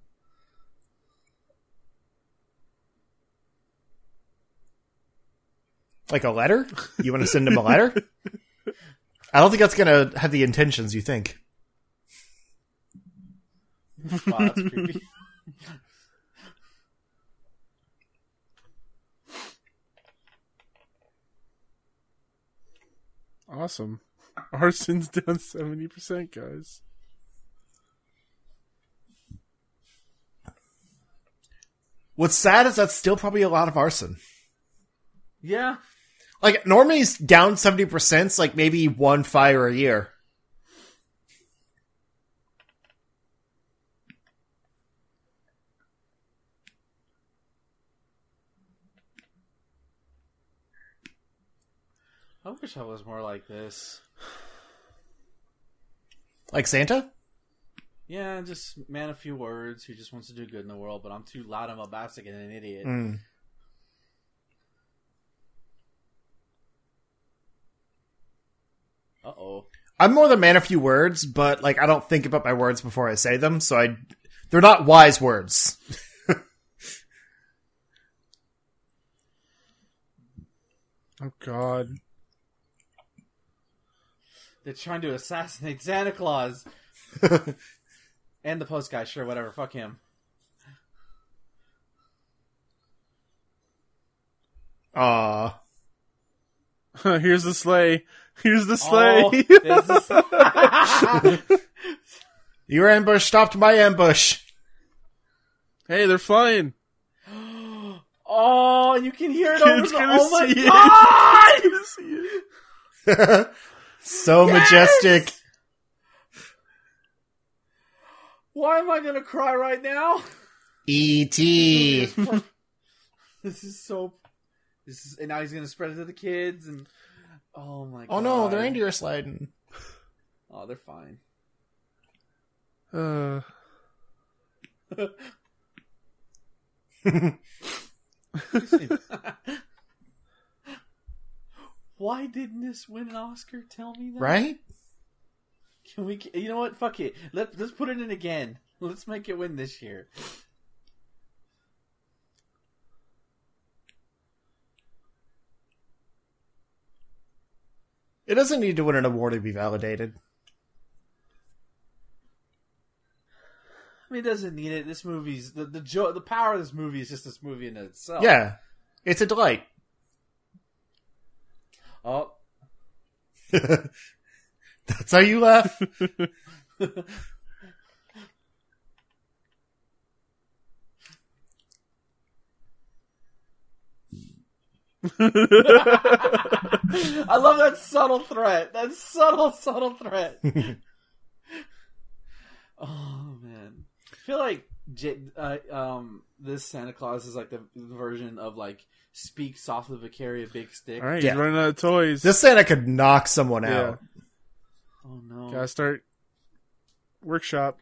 Like a letter? You want to send him a letter? I don't think that's going to have the intentions you think. Wow, that's creepy. Awesome. [laughs] Arson's down seventy percent, guys. What's sad is that's still probably a lot of arson. yeah. Like Normie's down 70%, 's like maybe one fire a year. I wish I was more like this. Like Santa? Yeah, just man of few words who just wants to do good in the world, but I'm too loud and bombastic and an idiot. Mm. Uh oh. I'm more the man of few words, but like I don't think about my words before I say them, so I they're not wise words. Oh God. [laughs] They're trying to assassinate Santa Claus. [laughs] and the post guy, sure, whatever, fuck him. Aw. Here's the sleigh. Here's the sleigh. [laughs] Oh, there's this- Your ambush stopped my ambush. [laughs] hey, they're flying. [laughs] oh, you can hear it over Kid's the gonna Oh my see it. god! Oh, so majestic. Why am I gonna cry right now? E E.T. [laughs] This is so this is and now he's gonna spread it to the kids and Oh my god. Oh no, the reindeer are sliding. Oh, [laughs] they're fine. Uh, [laughs] Why didn't this win an Oscar? Tell me that. Right? Can we? You know what? Fuck it. Let Let's put it in again. Let's make it win this year. It doesn't need to win an award to be validated. I mean, it doesn't need it. This movie's the the jo- the power of this movie is just this movie in itself. Yeah, it's a delight. [laughs] Oh, That's how you [laughs] laugh. [laughs] I love that subtle threat. That subtle, subtle [laughs] threat. oh man, I feel like J- uh, um this Santa Claus is like the version of like speak softly but carry a big stick. All right, Yeah. he's running out of toys. This Santa could knock someone out. Oh no. Gotta start workshop.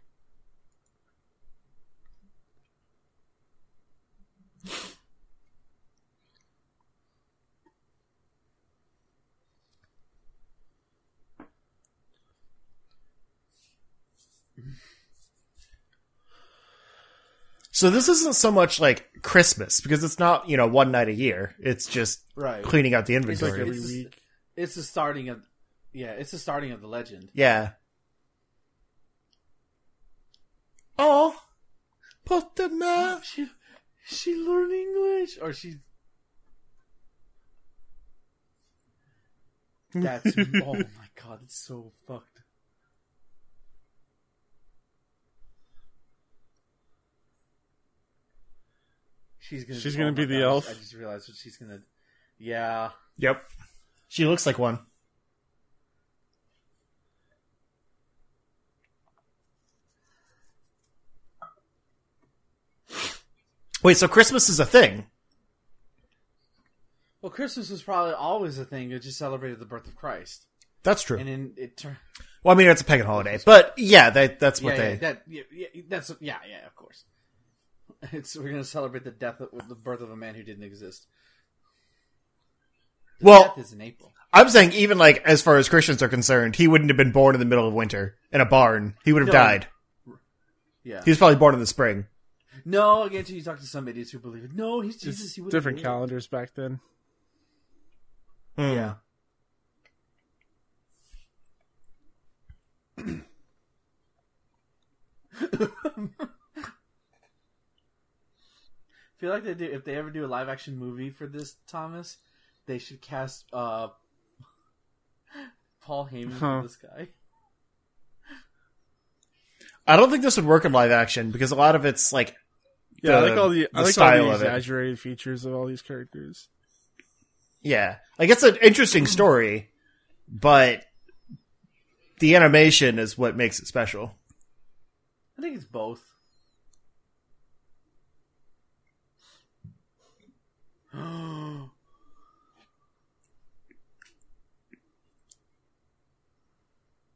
So this isn't so much like Christmas because it's not you know one night a year. It's just Right. cleaning out the It's like inventory. every It's- week. It's the starting of, yeah, it's the starting of the legend. yeah. Oh, put the mask. Oh, She, she learned English, or she. [laughs] That's oh my god, it's so fucked. She's gonna. She's oh gonna my be the God, elf. I just realized what she's gonna. Yeah. Yep. She looks like one. Wait, so Christmas is a thing. Well, Christmas was probably always a thing. It just celebrated the birth of Christ, That's true. and then it turned. well, I mean, it's a pagan holiday, but yeah, that, that's yeah, what yeah, they. that yeah, yeah, that's yeah, yeah, of course. [laughs] It's we're gonna celebrate the death of the birth of a man who didn't exist. The Well- death is in April. I'm saying, even like as far as Christians are concerned, he wouldn't have been born in the middle of winter in a barn. He would have No. died. Yeah. He was probably born in the spring. no, again, you talk to some idiots who believe it. No, he's Jesus. Just he wouldn't different do it. calendars back then. Yeah. I feel like they do. If they ever do a live action movie for this Thomas, they should cast uh [laughs] Paul Heyman Huh. for this guy. I don't think this would work in live action because a lot of it's like Yeah, The- I like all the, the I like style all the of it. exaggerated features of all these characters. Yeah. Like it's an interesting story, but the animation is what makes it special. I think it's both. [gasps]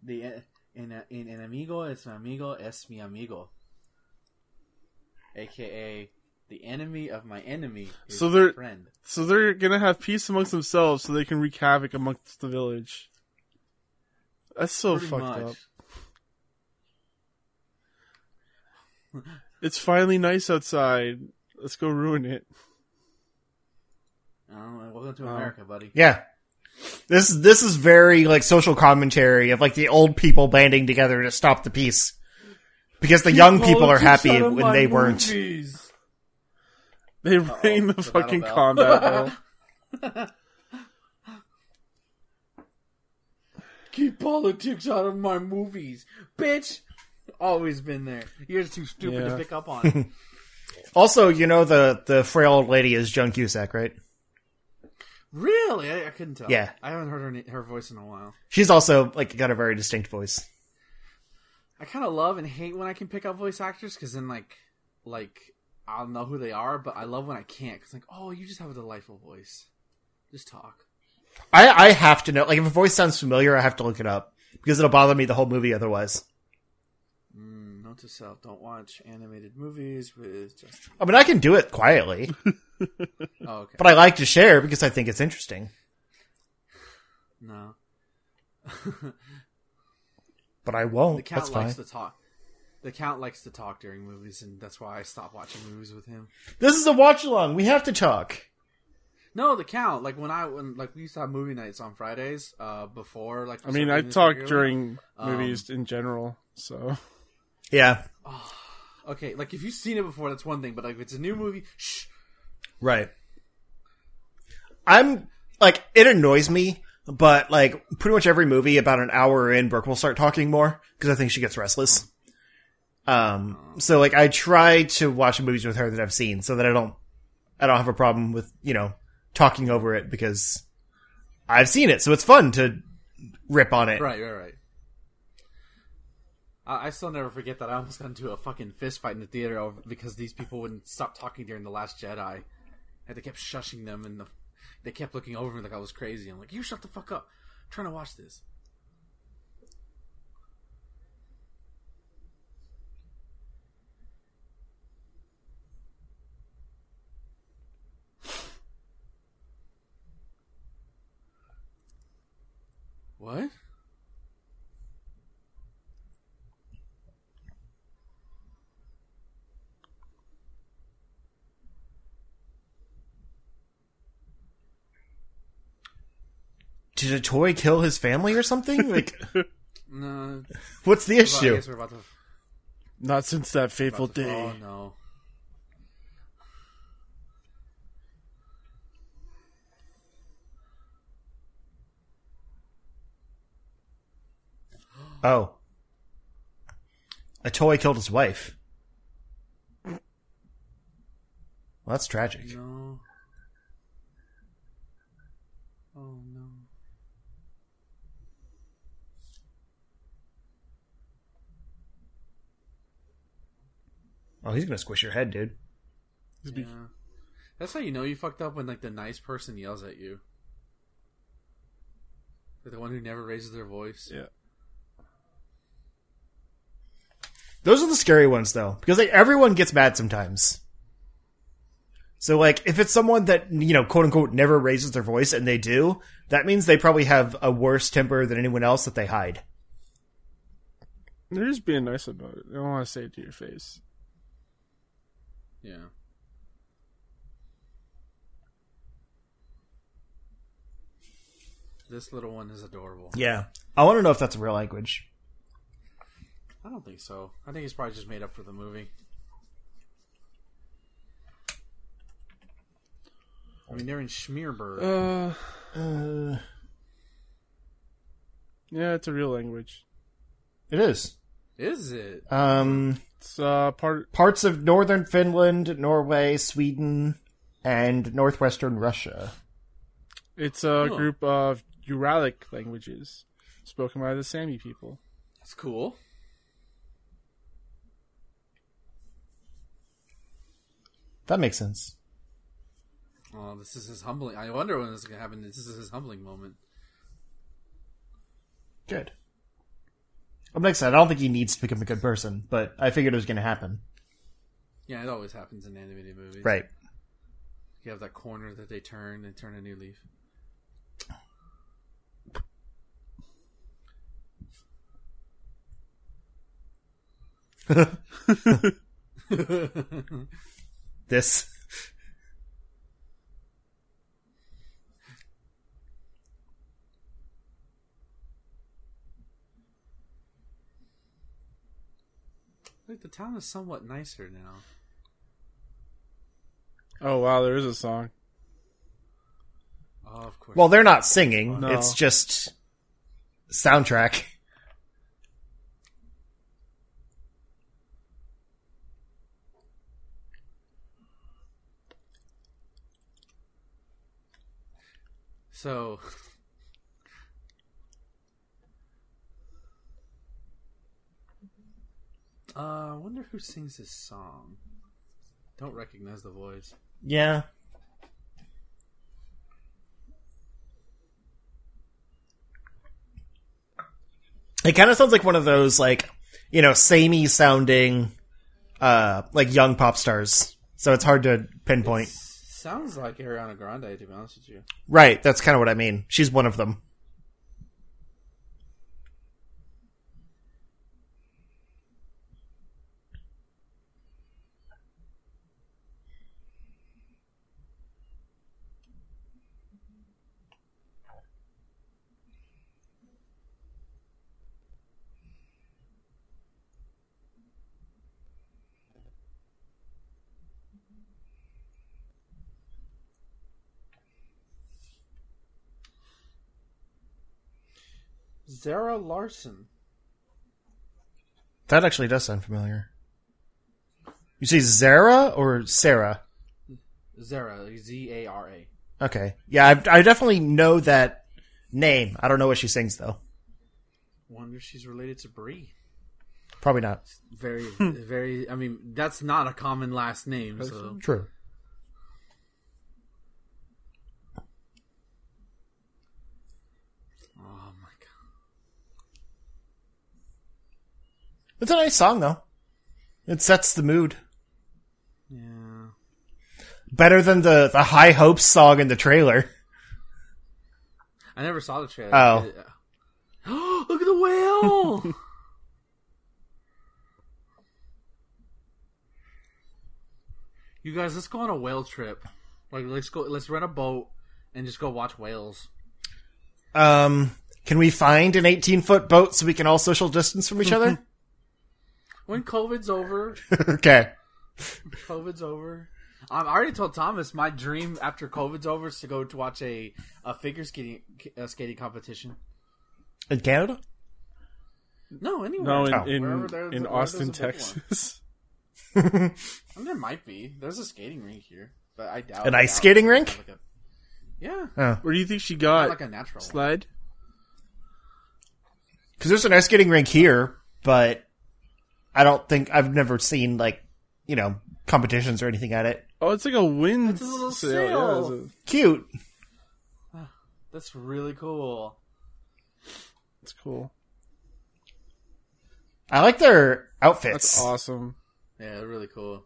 the en- eh, en- en- enemigo es mi amigo es mi amigo, aka the enemy of my enemy. Is So my they're- friend. So they're gonna have peace amongst themselves, so they can wreak havoc amongst the village. That's so Pretty fucked much. up. It's finally nice outside. Let's go ruin it. I don't know, welcome to Oh. America, buddy. Yeah. This this is very like social commentary of like the old people banding together to stop the peace. Because the [laughs] young people are happy when they weren't. They rain the the fucking battle bell. combat [laughs] bell. Keep politics out of my movies, bitch. Always been there. You're too stupid Yeah. to pick up on. it. Also, you know the the frail old lady is Joan Cusack, right? really, I, I couldn't tell. Yeah. I haven't heard her na- her voice in a while. She's also like got a very distinct voice. I kind of love and hate when I can pick up voice actors because then like like I'll know who they are, but I love when I can't because like oh you just have a delightful voice, just talk. I I have to know like if a voice sounds familiar, I have to look it up because it'll bother me the whole movie otherwise. Mm, note to self: don't watch animated movies with just. I mean, I can do it quietly. [laughs] Oh, okay. but I like to share because I think it's interesting. No. [laughs] But I won't. The count Oh, that's fine. likes to talk. The count likes to talk during movies, and that's why I stopped watching movies with him. This is a watch along. We have to talk. No, the count. Like when I when like we used to have movie nights on Fridays uh before. Like I mean, I talk during Um, movies in general, so [laughs] Yeah. Okay, like if you've seen it before, that's one thing. But like if it's a new movie, shh. Right. I'm like it annoys me, but like pretty much every movie about an hour in, Brooke will start talking more because I think she gets restless. Um, so like I try to watch movies with her that I've seen so that I don't, I don't have a problem with you know talking over it because I've seen it, so it's fun to rip on it. Right, right, right. I, I still never forget that I almost got into a fucking fist fight in the theater over, because these people wouldn't stop talking during the Last Jedi, and they kept shushing them, and the, they kept looking over me like I was crazy. I'm like, you shut the fuck up. I'm trying to watch this. What? Did a toy kill his family or something? Like, No. what's the I issue? guess we're about to. not since that about fateful to- day. Oh no. Oh, a toy killed his wife. Well, that's tragic. No. Oh no. Oh, he's gonna squish your head, dude. Be- Yeah. That's how you know you fucked up when like the nice person yells at you. Like the one who never raises their voice. Yeah. Those are the scary ones, though, because like everyone gets mad sometimes. So, like, if it's someone that you know, quote unquote, never raises their voice, and they do, that means they probably have a worse temper than anyone else that they hide. They're just being nice about it. They don't want to say it to your face. Yeah. This little one is adorable. Yeah, I want to know if that's a real language. I don't think so. I think he's probably just made up for the movie. I mean, they're in Schmierberg. Uh, Uh, yeah, it's a real language. it is. Is it? Um, It's uh part. parts of northern Finland, Norway, Sweden, and northwestern Russia. It's a Huh. group of Uralic languages spoken by the Sami people. That's cool. That makes sense. Oh, this is his humbling. I wonder when this is gonna happen. This is his humbling moment. Good. I'm like I said, I don't think he needs to become a good person, but I figured it was going to happen. Yeah, it always happens in animated movies. Right. You have that corner that they turn and turn a new [laughs] leaf. This. Look, the town is somewhat nicer now. Oh wow, there is a song. Oh, of course. Well, they're not singing. No. It's just soundtrack. so [laughs] uh, I wonder who sings this song. Don't recognize the voice. Yeah. It kind of sounds like one of those like, you know, samey sounding uh like young pop stars. So it's hard to pinpoint. Sounds like Ariana Grande, to be honest with you. Right, that's kind of what I mean. She's one of them. Zara Larson. That actually does sound familiar. You say Zara or Sarah? Zara, Z A R A. Okay. Yeah, I, I definitely know that name. I don't know what she sings though. Wonder if she's related to Brie. Probably not. Very, very. I mean, that's not a common last name. So True. Oh my god. It's a nice song though. It sets the mood Yeah. better than the the High Hopes song in the trailer. I never saw the trailer. Oh. Uh, [gasps] Look at the [laughs] whale! you guys, let's go on a whale trip. Like, let's go. Let's rent a boat and just go watch whales. Um, can we find an 18 foot boat so we can all social distance from each other? When [laughs] COVID's over, okay. COVID's over. Um, I already told Thomas my dream after COVID's over is to go to watch a, a figure skating uh, skating competition. In Canada? No, anywhere. No, in Oh. in, Wherever there's a- in where Austin, there's a big one. Texas. [laughs] I mean, there might be. There's a skating rink here, but I doubt An I ice doubt skating it's rink? like a- yeah, Oh. Where do you think she not got like a natural one. slide? Because there's an ice skating rink here, but I don't think I've never seen like you know competitions or anything at it. Oh, it's like a wind It's a little Yeah, sail. it's, a- Cute. That's really cool. it's cool. I like their outfits. That's awesome. [laughs] Yeah, really cool.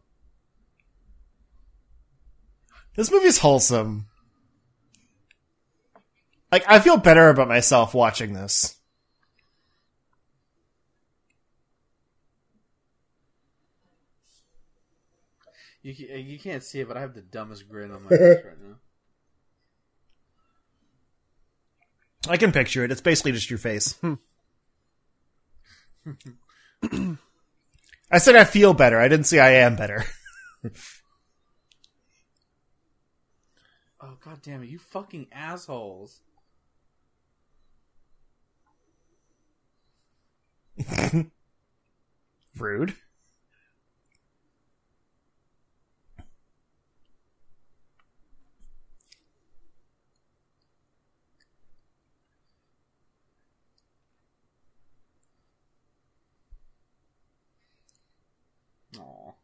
This movie's wholesome. Like I feel better about myself watching this. You ca- you can't see it, but I have the dumbest grin on [laughs] my face right now. I can picture it. It's basically just your face. Hmm. I said I feel better. I didn't say I am better. [laughs] Oh god damn it! You fucking assholes! Rude. Aw.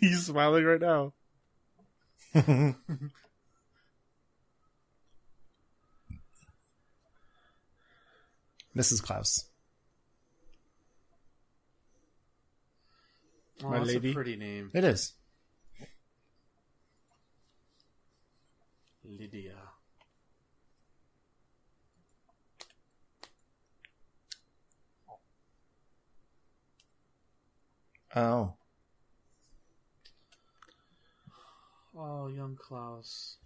He's smiling right now. [laughs] Mrs. Klaus. Oh, My that's lady. a pretty name, It is. Lydia. Oh. Oh, young Klaus.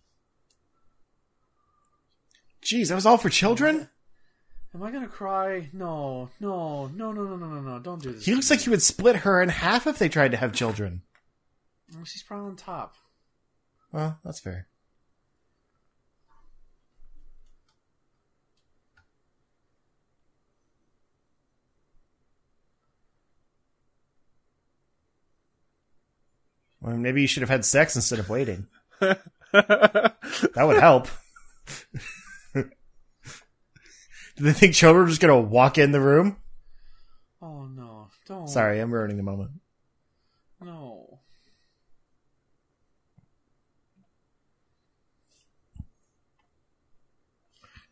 Jeez, that was all for children? Am I gonna cry? No, no, no, no, no, no, no, no! Don't do this. He looks like he would split her in half if they tried to have children. Oh, she's probably on top. Well, that's fair. Well, maybe you should have had sex instead of waiting. That would help. [laughs] Do they think children are just gonna walk in the room? Oh no! Don't. Sorry, I'm ruining the moment. No.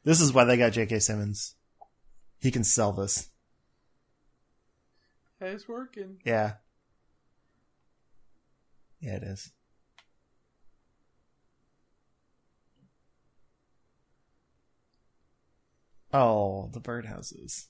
This is why they got J.K. Simmons. He can sell this. Hey, it's working. Yeah. Yeah, it is. Oh, the birdhouses.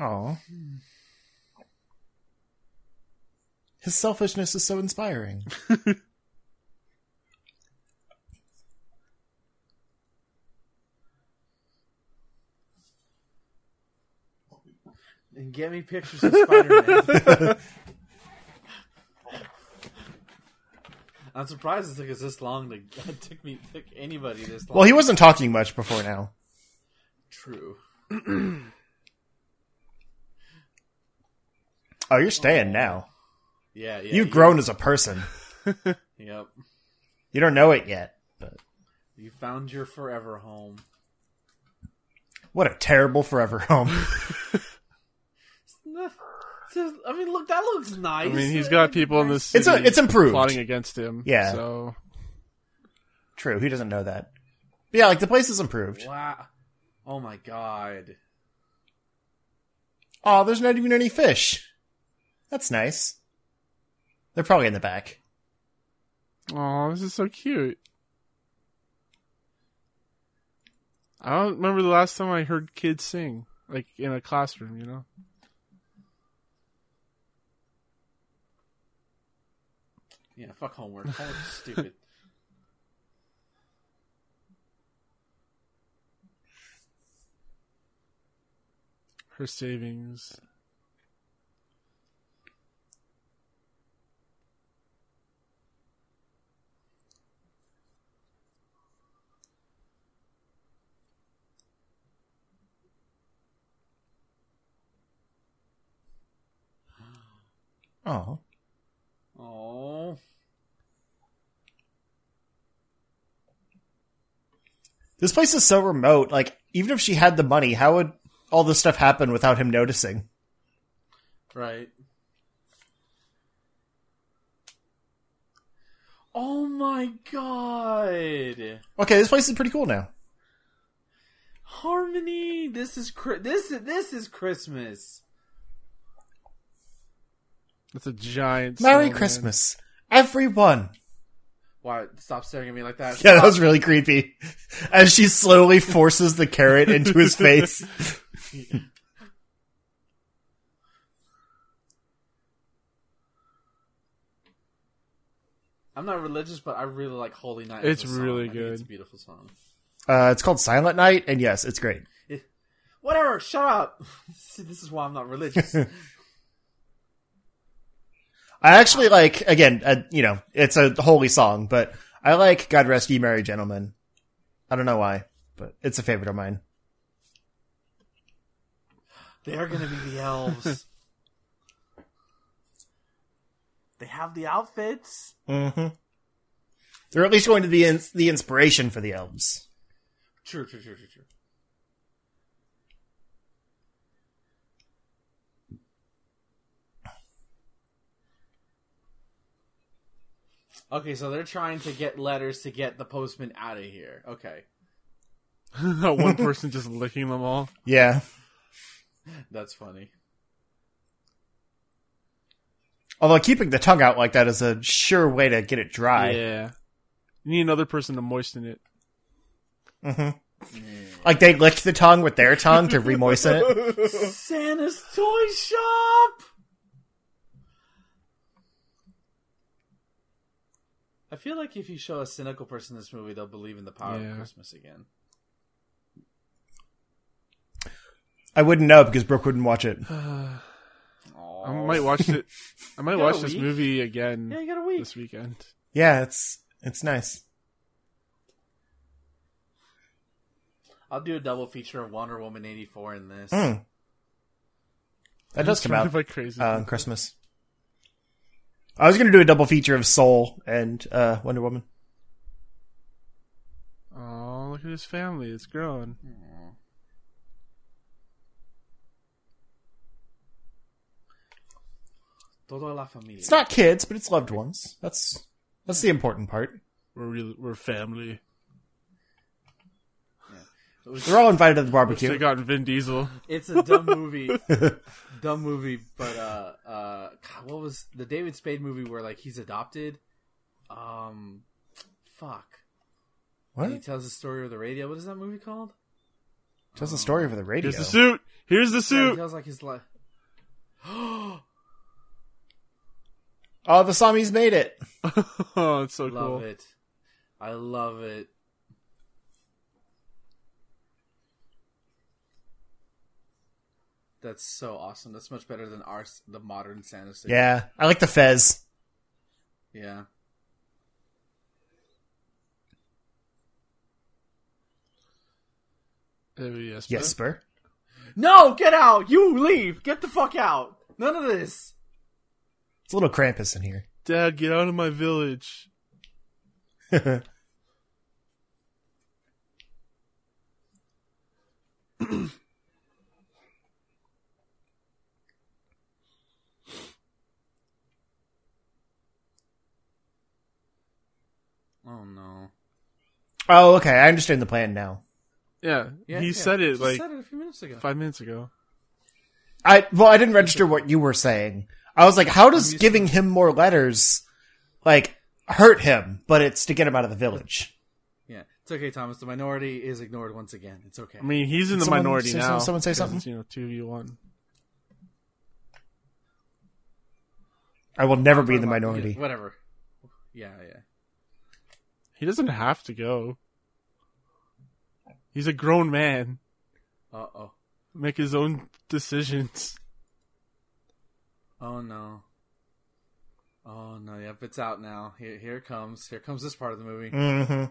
Oh. His selfishness is so inspiring. And get me pictures of Spider Man. [laughs] I'm surprised it took us this long to [laughs] it took me took anybody this long. Well, he wasn't talking much before now. true. Oh, you're staying now. Yeah, yeah. You've grown as a person. Yep. You don't know it yet. But You found your forever home. what a terrible forever [laughs] home. I mean, look, that looks nice. I mean, he's got people in this city It's a- it's improved. plotting against him. Yeah. So True, he doesn't know that. But yeah, like the place is improved. Wow. Oh my god. Oh, there's not even any fish. That's nice. They're probably in the back. Oh, this is so cute. I don't remember the last time I heard kids sing, like in a classroom, you know? Yeah, fuck homework. Homework's [laughs] stupid. Her savings. Oh. Oh. This place is so remote. Like, even if she had the money, how would all this stuff happen without him noticing? Right. Oh my god. Okay, this place is pretty cool now. Harmony, this is Chri- this is this is Christmas. That's a giant. Merry snowman. [laughs] Christmas, everyone. [laughs] Why stop staring at me like that? Yeah, that Stop. was really creepy. As she slowly forces the carrot into his face. I'm not religious, but I really like Holy Night. It's as a song. really I think It's a good. beautiful song. Uh, it's called Silent Night, and yes, it's great. Whatever, shut up. [laughs] See, this is why I'm [laughs] not religious. I actually like, again, uh, you know, it's a holy song, but I like God Rest Ye Merry Gentlemen. I don't know why, but it's a favorite of mine. They're gonna be [laughs] the elves. they have the outfits. Mm-hmm. They're at least going to be in- the inspiration for the elves. True, true, true, true, true. Okay, so they're trying to get letters to get the postman out of here. Okay, One person just licking them all. Yeah. that's funny. Although keeping the tongue out like that is a sure way to get it dry. Yeah. You need another person to moisten it. Like they licked the tongue with their tongue to remoisten [laughs] it. Santa's toy shop. I feel like if you show a cynical person this movie, they'll believe in the power Yeah. of Christmas again. I wouldn't know because Brooke wouldn't watch it. I Oh. might watch it. I [laughs] might Yeah, watch this we- movie again Yeah, you got a week. this weekend. Yeah, it's it's nice. I'll do a double feature of Wonder Woman '84 in this. Hmm. [laughs] That does come out Like crazy. uh, on Christmas. I was gonna do a double feature of Soul and uh, Wonder Woman. oh, look at his family. It's growing. Toda la familia. It's not kids, but it's loved ones. That's that's the important part. We're really, we're family. It was- They're all invited to the Should barbecue. have gotten Vin Diesel. it's a dumb [laughs] movie, dumb movie. But uh, uh, God, what was the David Spade movie where like he's adopted? Um, fuck. And he What? tells the story of the radio. What is that movie called? Tells the story over the radio. Here's the suit. Here's the Yeah, he suit. tells like his life. Oh, the Samis made it. [laughs] oh, it's so Love cool. it. I love it. That's so awesome. That's much better than our s- the modern Santa suit. Yeah, I like the Fez. Yeah. Oh, yes, Yes, Spur. No, get out. You leave. Get the fuck out. None of this. It's a little Krampus in here. Dad, get out of my village. Oh no. Oh, okay. I understand the plan now. Yeah, Yeah, he yeah. said it Just like said it a few minutes ago. five minutes ago. I well, I didn't register what you were saying. I was like, how does giving him more letters like hurt him? But it's to get him out of the village. Yeah, it's okay, Thomas. The minority is ignored once again. It's okay. I mean, he's in the Someone minority say- now. someone say because something? it's, You know, two v one. I will never be in the Talk about- minority. Whatever. Yeah, yeah. He doesn't have to go. He's a grown man. Uh oh. Make his own decisions. Oh no. Oh no. Yep, it's out now. Here, here it comes. Here comes this part of the movie. Mm. hmm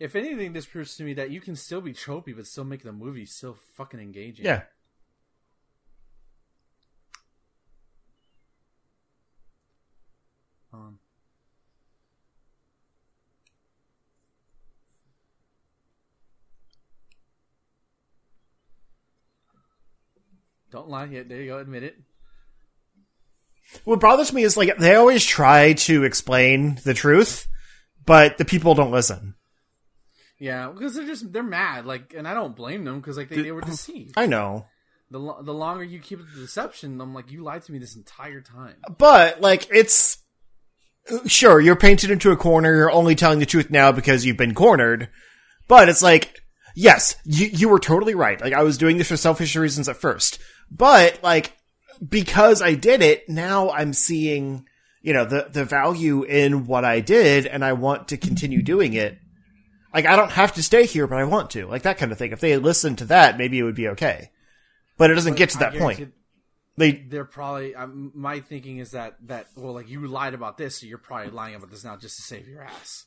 If anything, this proves to me that you can still be tropey, but still make the movie so fucking engaging. Yeah. Um, don't lie yet. There you go. Admit it. What bothers me is like they always try to explain the truth, but the people don't listen. Yeah, because they're just they're mad. Like, and I don't blame them because like they, they were deceived. I know. The lo- the longer you keep the deception, I'm like, you lied to me this entire time. But like it's sure, you're painted into a corner, you're only telling the truth now because you've been cornered. But it's like yes, you you were totally right. Like I was doing this for selfish reasons at first. But like because I did it, now I'm seeing, you know, the the value in what I did and I want to continue doing it. Like I don't have to stay here, but I want to. Like that kind of thing. If they listened to that, maybe it would be okay. But it doesn't get to I that point. guarantee They They're probably. I'm, my thinking is that that well, like you lied about this, so you're probably lying about this now just to save your ass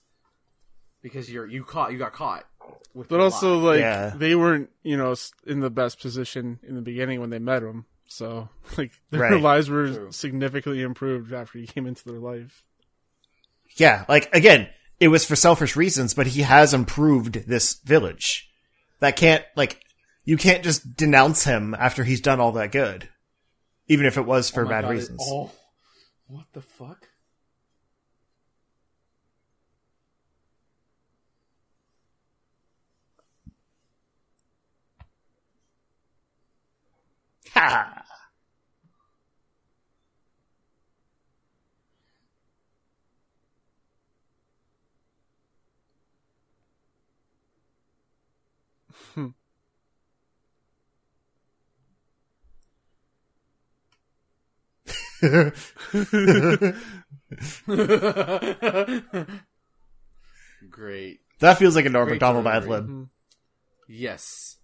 because you're you caught you got caught. With But the also, lie. like Yeah. they weren't, you know, s- in the best position in the beginning when they met him. So, [laughs] like their Right. lives were True. significantly improved after he came into their life. Yeah, like again, it was for selfish reasons, but he has improved this village. That can't like you can't just denounce him after he's done all that good. Even if it was for Oh my bad God, it- reasons. oh, what the fuck? Ha! [laughs] Great. [laughs] that feels like a Norm Great McDonald ad delivery. lib. Yes.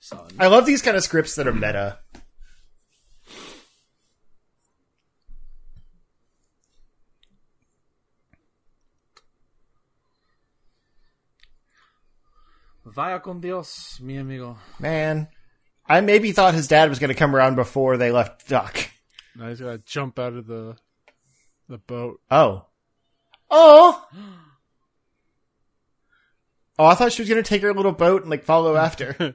Son. I love these kind of scripts that are meta. Vaya con Dios, mi amigo. Man. I maybe thought his dad was gonna come around before they left Doc. Now he's gotta jump out of the the boat. Oh. Oh. [gasps] Oh, I thought she was gonna take her little boat and like follow [laughs] after.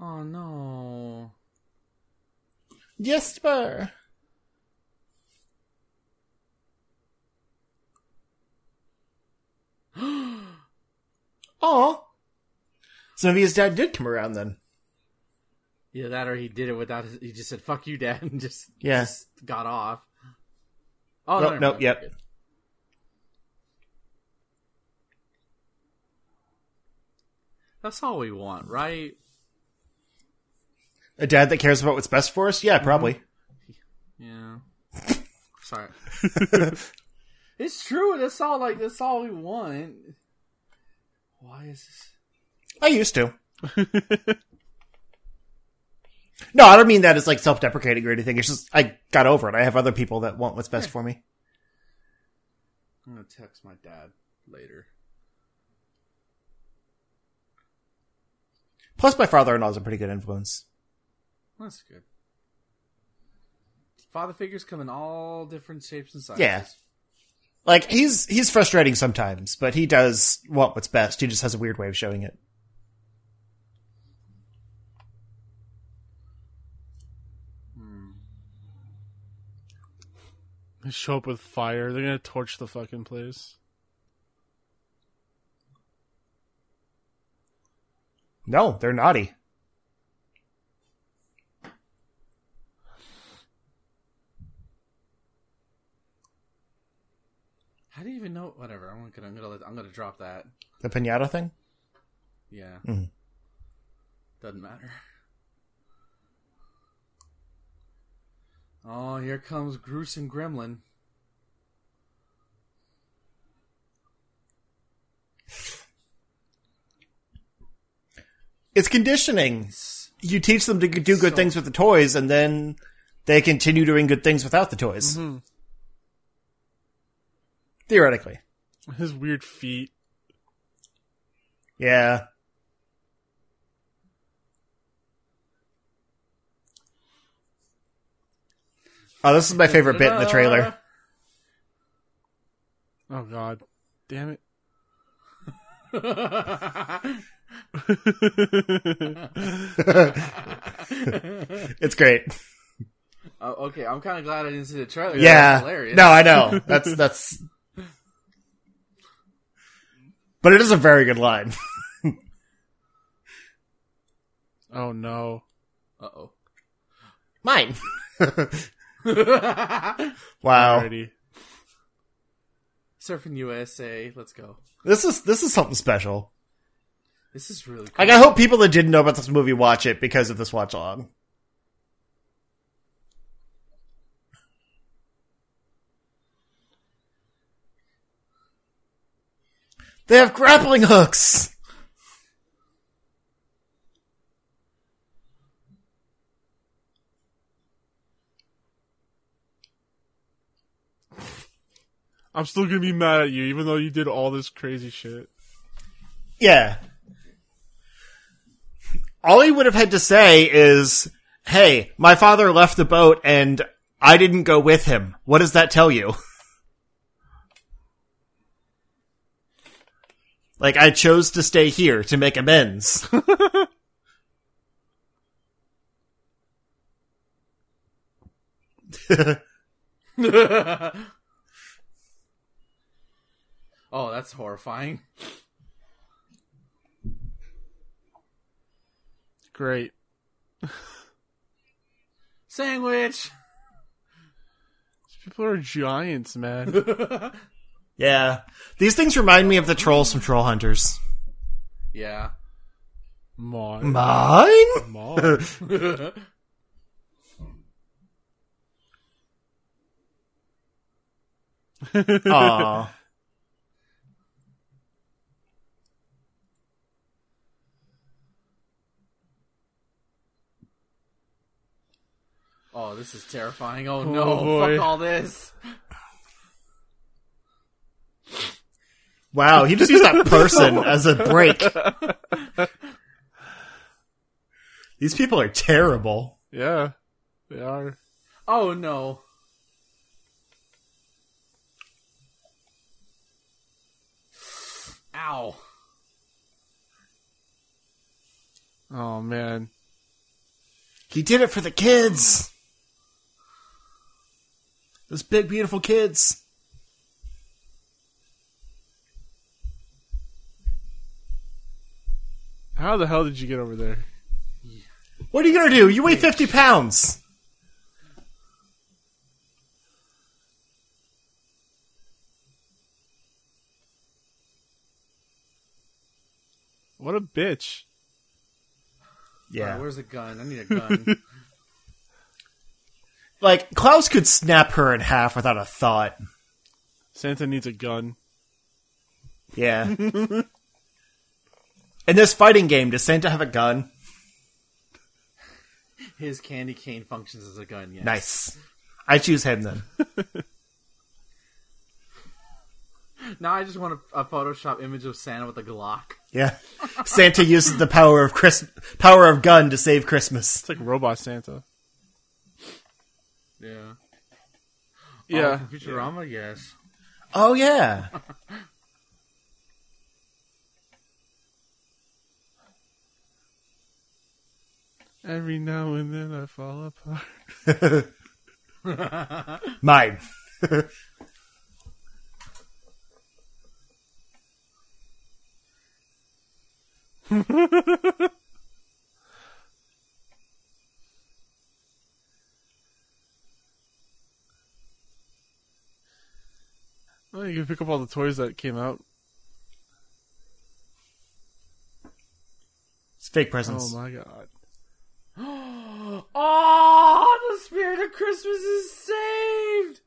Oh no. yes, sir. [gasps] Oh. So maybe his dad did come around then. Yeah, that or he did it without his, he just said fuck you dad [laughs] and just, Yeah. just got off. Oh Nope, no, never nope, mind. yep. Good. That's all we want, right? A dad that cares about what's best for us? Yeah, probably. Yeah. Sorry. it's true. That's all. Like that's all we want. Why is this? [laughs] I used to. no, I don't mean that as like self deprecating or anything. It's just I got over it. I have other people that want what's best for me. I'm gonna text my dad later. Plus, my father in law is a pretty good influence. That's good. Father figures come in all different shapes and sizes. Yeah. Like he's he's frustrating sometimes, but he does want what's best. He just has a weird way of showing it. They show up with fire. They're gonna torch the fucking place. No, they're naughty. How do you even know? Whatever. I'm gonna. I'm gonna. Let, I'm gonna drop that. The pinata thing. Yeah. Mhm. Doesn't matter. Oh, here comes gruesome gremlin. [laughs] It's conditioning. You teach them to do good So- things with the toys, and then they continue doing good things without the toys. Mhm. Theoretically, His weird feet. yeah. Oh, this is my favorite bit in the trailer. Oh god, damn it! It's great. Oh, okay, I'm kind of glad I didn't see the trailer. That was Yeah. hilarious. No, I know. That's that's. But it is a very good line. [laughs] [laughs] Oh no, Uh oh. Mine. [laughs] Wow. already. [laughs] Surfing USA, let's go. This is this is something special. This is really cool. Like I hope people that didn't know about this movie watch it because of this watch along. They have grappling hooks. I'm still gonna be mad at you, even though you did all this crazy shit. Yeah. All he would have had to say is, "Hey, my father left the boat and I didn't go with him." What does that tell you? [laughs] like I chose to stay here to make amends. [laughs] [laughs] oh, that's horrifying. Great. Sandwich! [laughs] These people are giants, [laughs] man. yeah. These things remind me of the trolls from Troll Hunters. Yeah. [laughs] Mine. Mine? Mine. Aw. Oh, this is terrifying. Oh, Oh, no. boy. Fuck all this. Wow, he just used that [laughs] person as a break. These people are terrible. Yeah, they are. Oh, no. Ow. Oh man. He did it for the kids. Those big, beautiful kids. How the hell did you get over there? What are you gonna do? You weigh 50 pounds. What What a bitch. Yeah. Yeah. Uh, where's a gun? I need a gun. Like Klaus could snap her in half without a thought. Santa needs a gun. [laughs] Yeah. in this fighting game, does Santa have a gun? His candy cane functions as a gun. Yes. Nice. I choose him then. Now I just want a, a Photoshop image of Santa with a Glock. Yeah. [laughs] Santa uses the power of Chris- power of gun to save Christmas. It's like robot Santa. Yeah. Yeah. Oh, from Futurama. Yes. [gasps] Oh yeah. Every now and then I fall apart. Mine. Well, Oh, you can pick up all the toys that came out. It's fake Oh presents. my god. Oh, the spirit of Christmas is saved.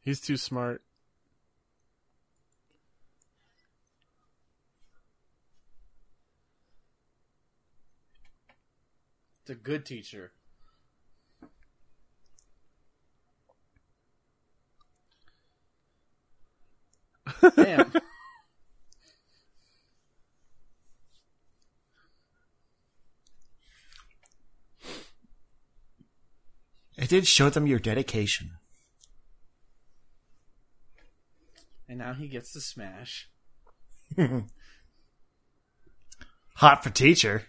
He's too smart. It's a good teacher. [laughs] Damn. It did show them your dedication. and now he gets to smash. Hot for teacher.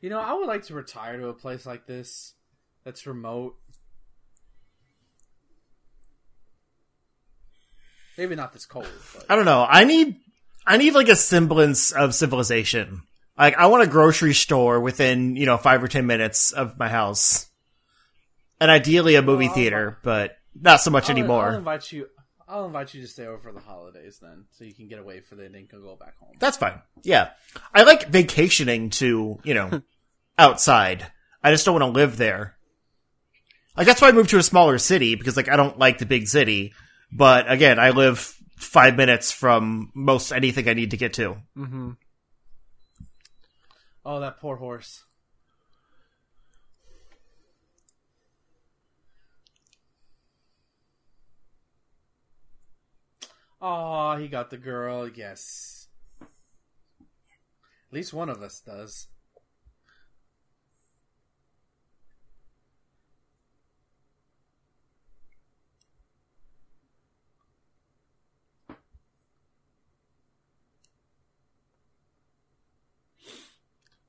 You know, I would like to retire to a place like this that's remote. Maybe not this cold, but I don't know. I need I need like a semblance of civilization. Like I want a grocery store within, you know, 5 or 10 minutes of my house. And ideally a movie Oh, Well, theater, but not so much I'll- I'll anymore. invite you. I'll invite you to stay over for the holidays then, so you can get away for the day and can go back home. That's fine. Yeah. I like vacationing to, [laughs] you know, outside. I just don't want to live there. Like that's why I moved to a smaller city because like I don't like the big city, but again, I live 5 minutes from most anything I need to get to. Mm-hmm. Oh, that poor horse. Oh, he got the girl. Yes. At least one of us does.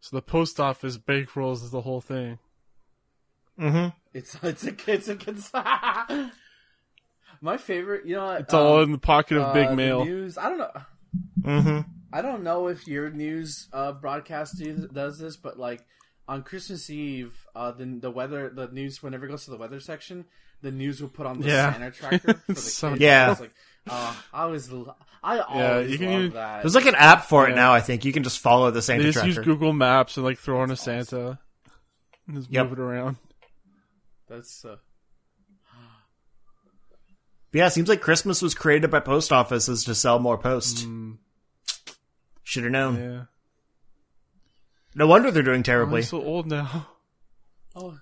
So the post office bankrolls the whole thing. Mhm. It's [laughs] it's a it's [laughs] a it's- My favorite, you know, what, It's all um, in the pocket of uh, Big the Mail. News. I don't know. Mhm. I don't know if your news uh, broadcast do- does this, but like on Christmas Eve, uh, the the weather, the news whenever it goes to the weather section, the news will put on the Yeah. [laughs] Santa tracker. For the So- kids. Yeah. It's like, uh, I was, I Yeah, always you can love even- that. There's like an app for it Yeah. now. I think you can just follow the They Santa just use tracker. Google Maps and like throw in a Santa and just Yep. move it around. That's uh, But yeah, it seems like Christmas was created by post offices to sell more post. Mm, Should have known. yeah. No wonder they're doing Oh, I'm terribly. so old now. [laughs] oh,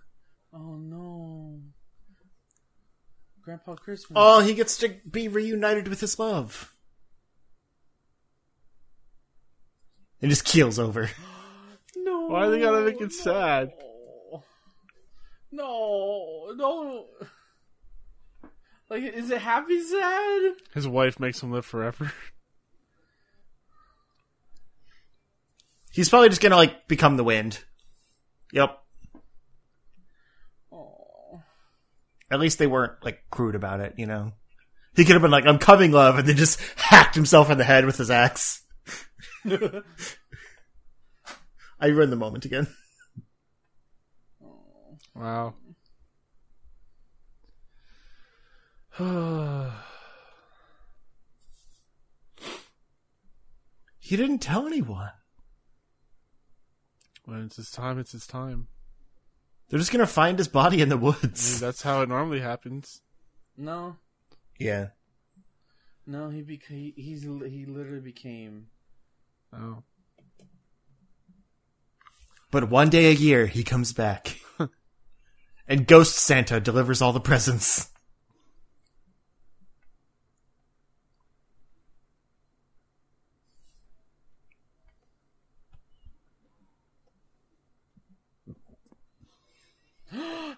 oh no, Grandpa Christmas. Oh, he gets to be reunited with his love. And just keels over. no, Why they gotta make it sad? No, no. Like, is it happy sad? His wife makes him live forever. He's probably just gonna like become the wind. Yep. Oh. At least they weren't like crude about it, you know. He could have been like, "I'm coming, love," and then just [laughs] hacked himself in the head with his axe. I ruined the moment again. Wow. You didn't tell anyone. when it's his time, it's his time. They're just gonna find his body in the I mean, woods. that's how it normally happens. No, Yeah. no, he beca- he- he's he literally became Oh. But one day a year, he comes [laughs] back. and Ghost Santa delivers all the presents.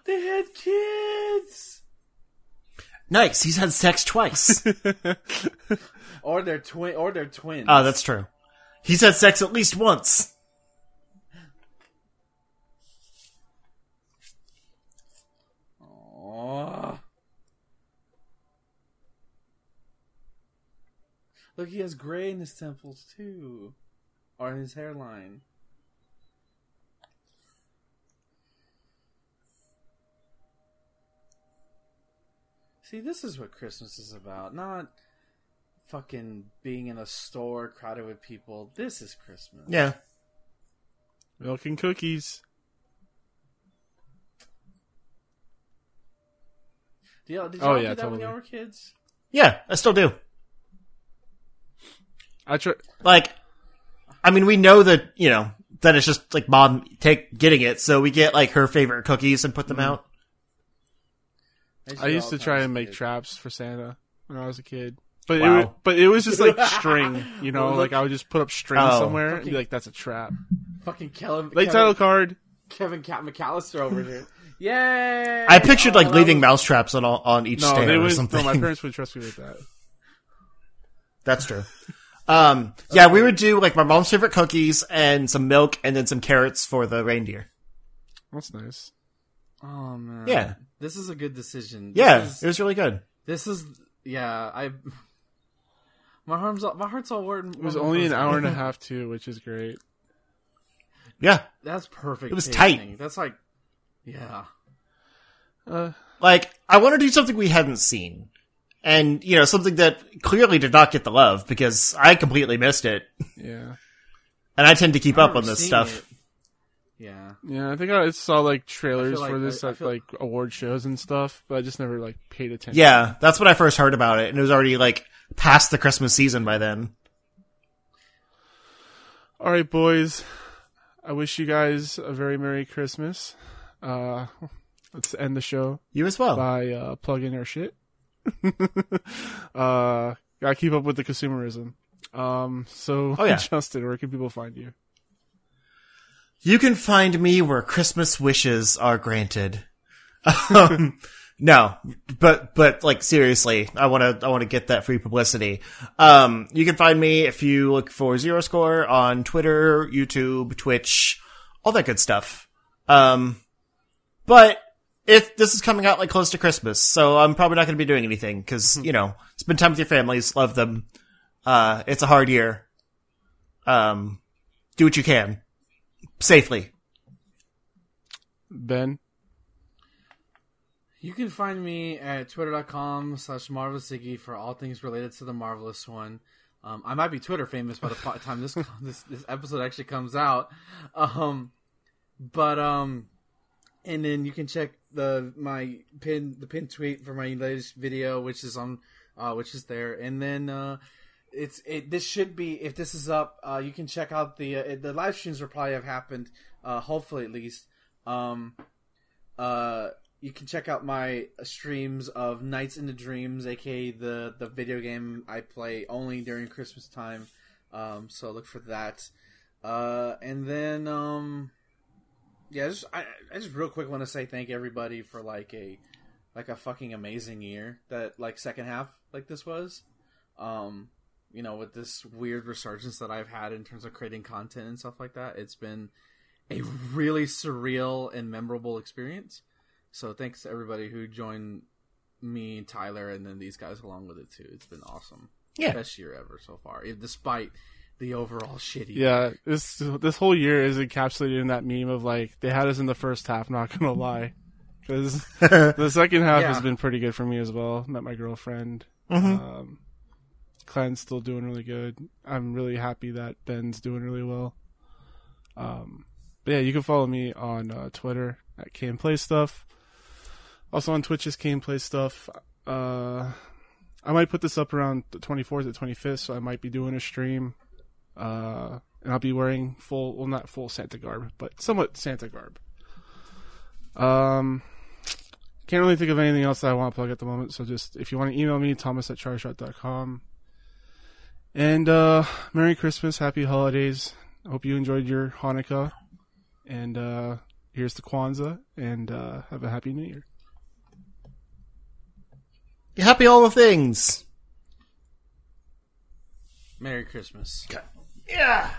They had kids, Nice, he's had sex twice. or they're twin, or they're twins. [laughs] Ah, that's true. He's had sex at least once. Aw. Look, he has gray in his temples too, or in his hairline. See, this is what Christmas is about, not fucking being in a store crowded with people. This is Christmas. Yeah. Milk and cookies. Do y'all, did Oh, y'all yeah, do that when y'all totally. were kids? Yeah, I still do. I try. Like, I mean, we know that, you know, that it's just like mom take getting it, so we get like her favorite cookies and put them out. I do used all to kinds try of and make shit. traps for Santa when I was a kid. But Wow. it was, but it was just [laughs] like string, you know, Well, like look- I would just put up string Oh. somewhere and be like, "That's a trap." Fucking Kevin, Late title card. Kevin Ca- McAllister over [laughs] here. Yay! I pictured like Oh, leaving that mousetraps on all, on each No, stand they or would. something. No, my [laughs] parents would trust me with that. That's true. Um, yeah, we would do like my mom's favorite cookies and some milk and then some carrots for the reindeer. That's nice. was- Oh man. Yeah. This is a good decision. This Yeah, is- it was really good. This is yeah, I my arms all, my heart's all warm. It was only an hour and [laughs] a half too, which is great. Yeah. That's perfect. It was pacing. That's like yeah. Uh, Like, I want to do something we hadn't seen. And, you know, something that clearly did not get the love because I completely missed it. yeah, And I tend to keep I up remember on this seeing stuff. it. Yeah. yeah. I think I saw like trailers like for this I- I at feel- like award shows and stuff, but I just never like paid attention. Yeah, that's when I first heard about it. And it was already like past the Christmas season by then. All right, boys. I wish you guys a very merry Christmas. Uh, let's end the show. You as well. by uh, plugging our shit. [laughs] uh, gotta keep up with the consumerism. Um, so Oh, [laughs] yeah. Justin, where can people find you? You can find me where Christmas wishes are granted. [laughs] Um, no, but but like seriously, I want to I want to get that free publicity. Um, you can find me if you look for Zero Score on Twitter, YouTube, Twitch, all that good stuff. Um, but if this is coming out like close to Christmas, so I'm probably not going to be doing anything because you know spend time with your families, love them. Uh, it's a hard year. Um, do what you can safely. Ben, You can find me at twitter.com slash marvelousiggy for all things related to the marvelous one. Um, I might be Twitter famous by the po- time this, [laughs] this this episode actually comes out. Um, but um, and then you can check the my pin the pin tweet for my latest video, which is on uh, which is there. And then uh, it's it this should be if this is up uh, you can check out the uh, the live streams will probably have happened uh, hopefully at least um uh you can check out my streams of nights into dreams aka the the video game i play only during christmas time um so look for that uh and then um yeah just i, I just real quick want to say thank everybody for like a like a fucking amazing year that like second half like this was um you know with this weird resurgence that i've had in terms of creating content and stuff like that it's been a really surreal and memorable experience so thanks to everybody who joined me tyler and then these guys along with it too it's been awesome Yeah. best year ever so far eh, despite the overall shitty. Yeah, this this whole year is encapsulated in that meme of like they had us in the first half. Not gonna lie, because the second half Yeah. has been pretty good for me as well. Met my girlfriend. [laughs] Mm-hmm. Um, Clan's still doing really good. I'm really happy that Ben's doing really well. Um, but yeah, you can follow me on uh, Twitter at Can Play Stuff. Also on Twitch is Can Play Stuff. Uh, I might put this up around the 24th or 25th, so I might be doing a stream. Uh, and I'll be wearing full, well, not full Santa garb, but somewhat Santa garb. Um, can't really think of anything else that I want to plug at the moment. So just if you want to email me, thomas at charshot.com. And uh, Merry Christmas, Happy Holidays. Hope you enjoyed your Hanukkah. And uh, here's to Kwanzaa, and uh, have a Happy New Year. Happy all the things. Merry Christmas. Yeah.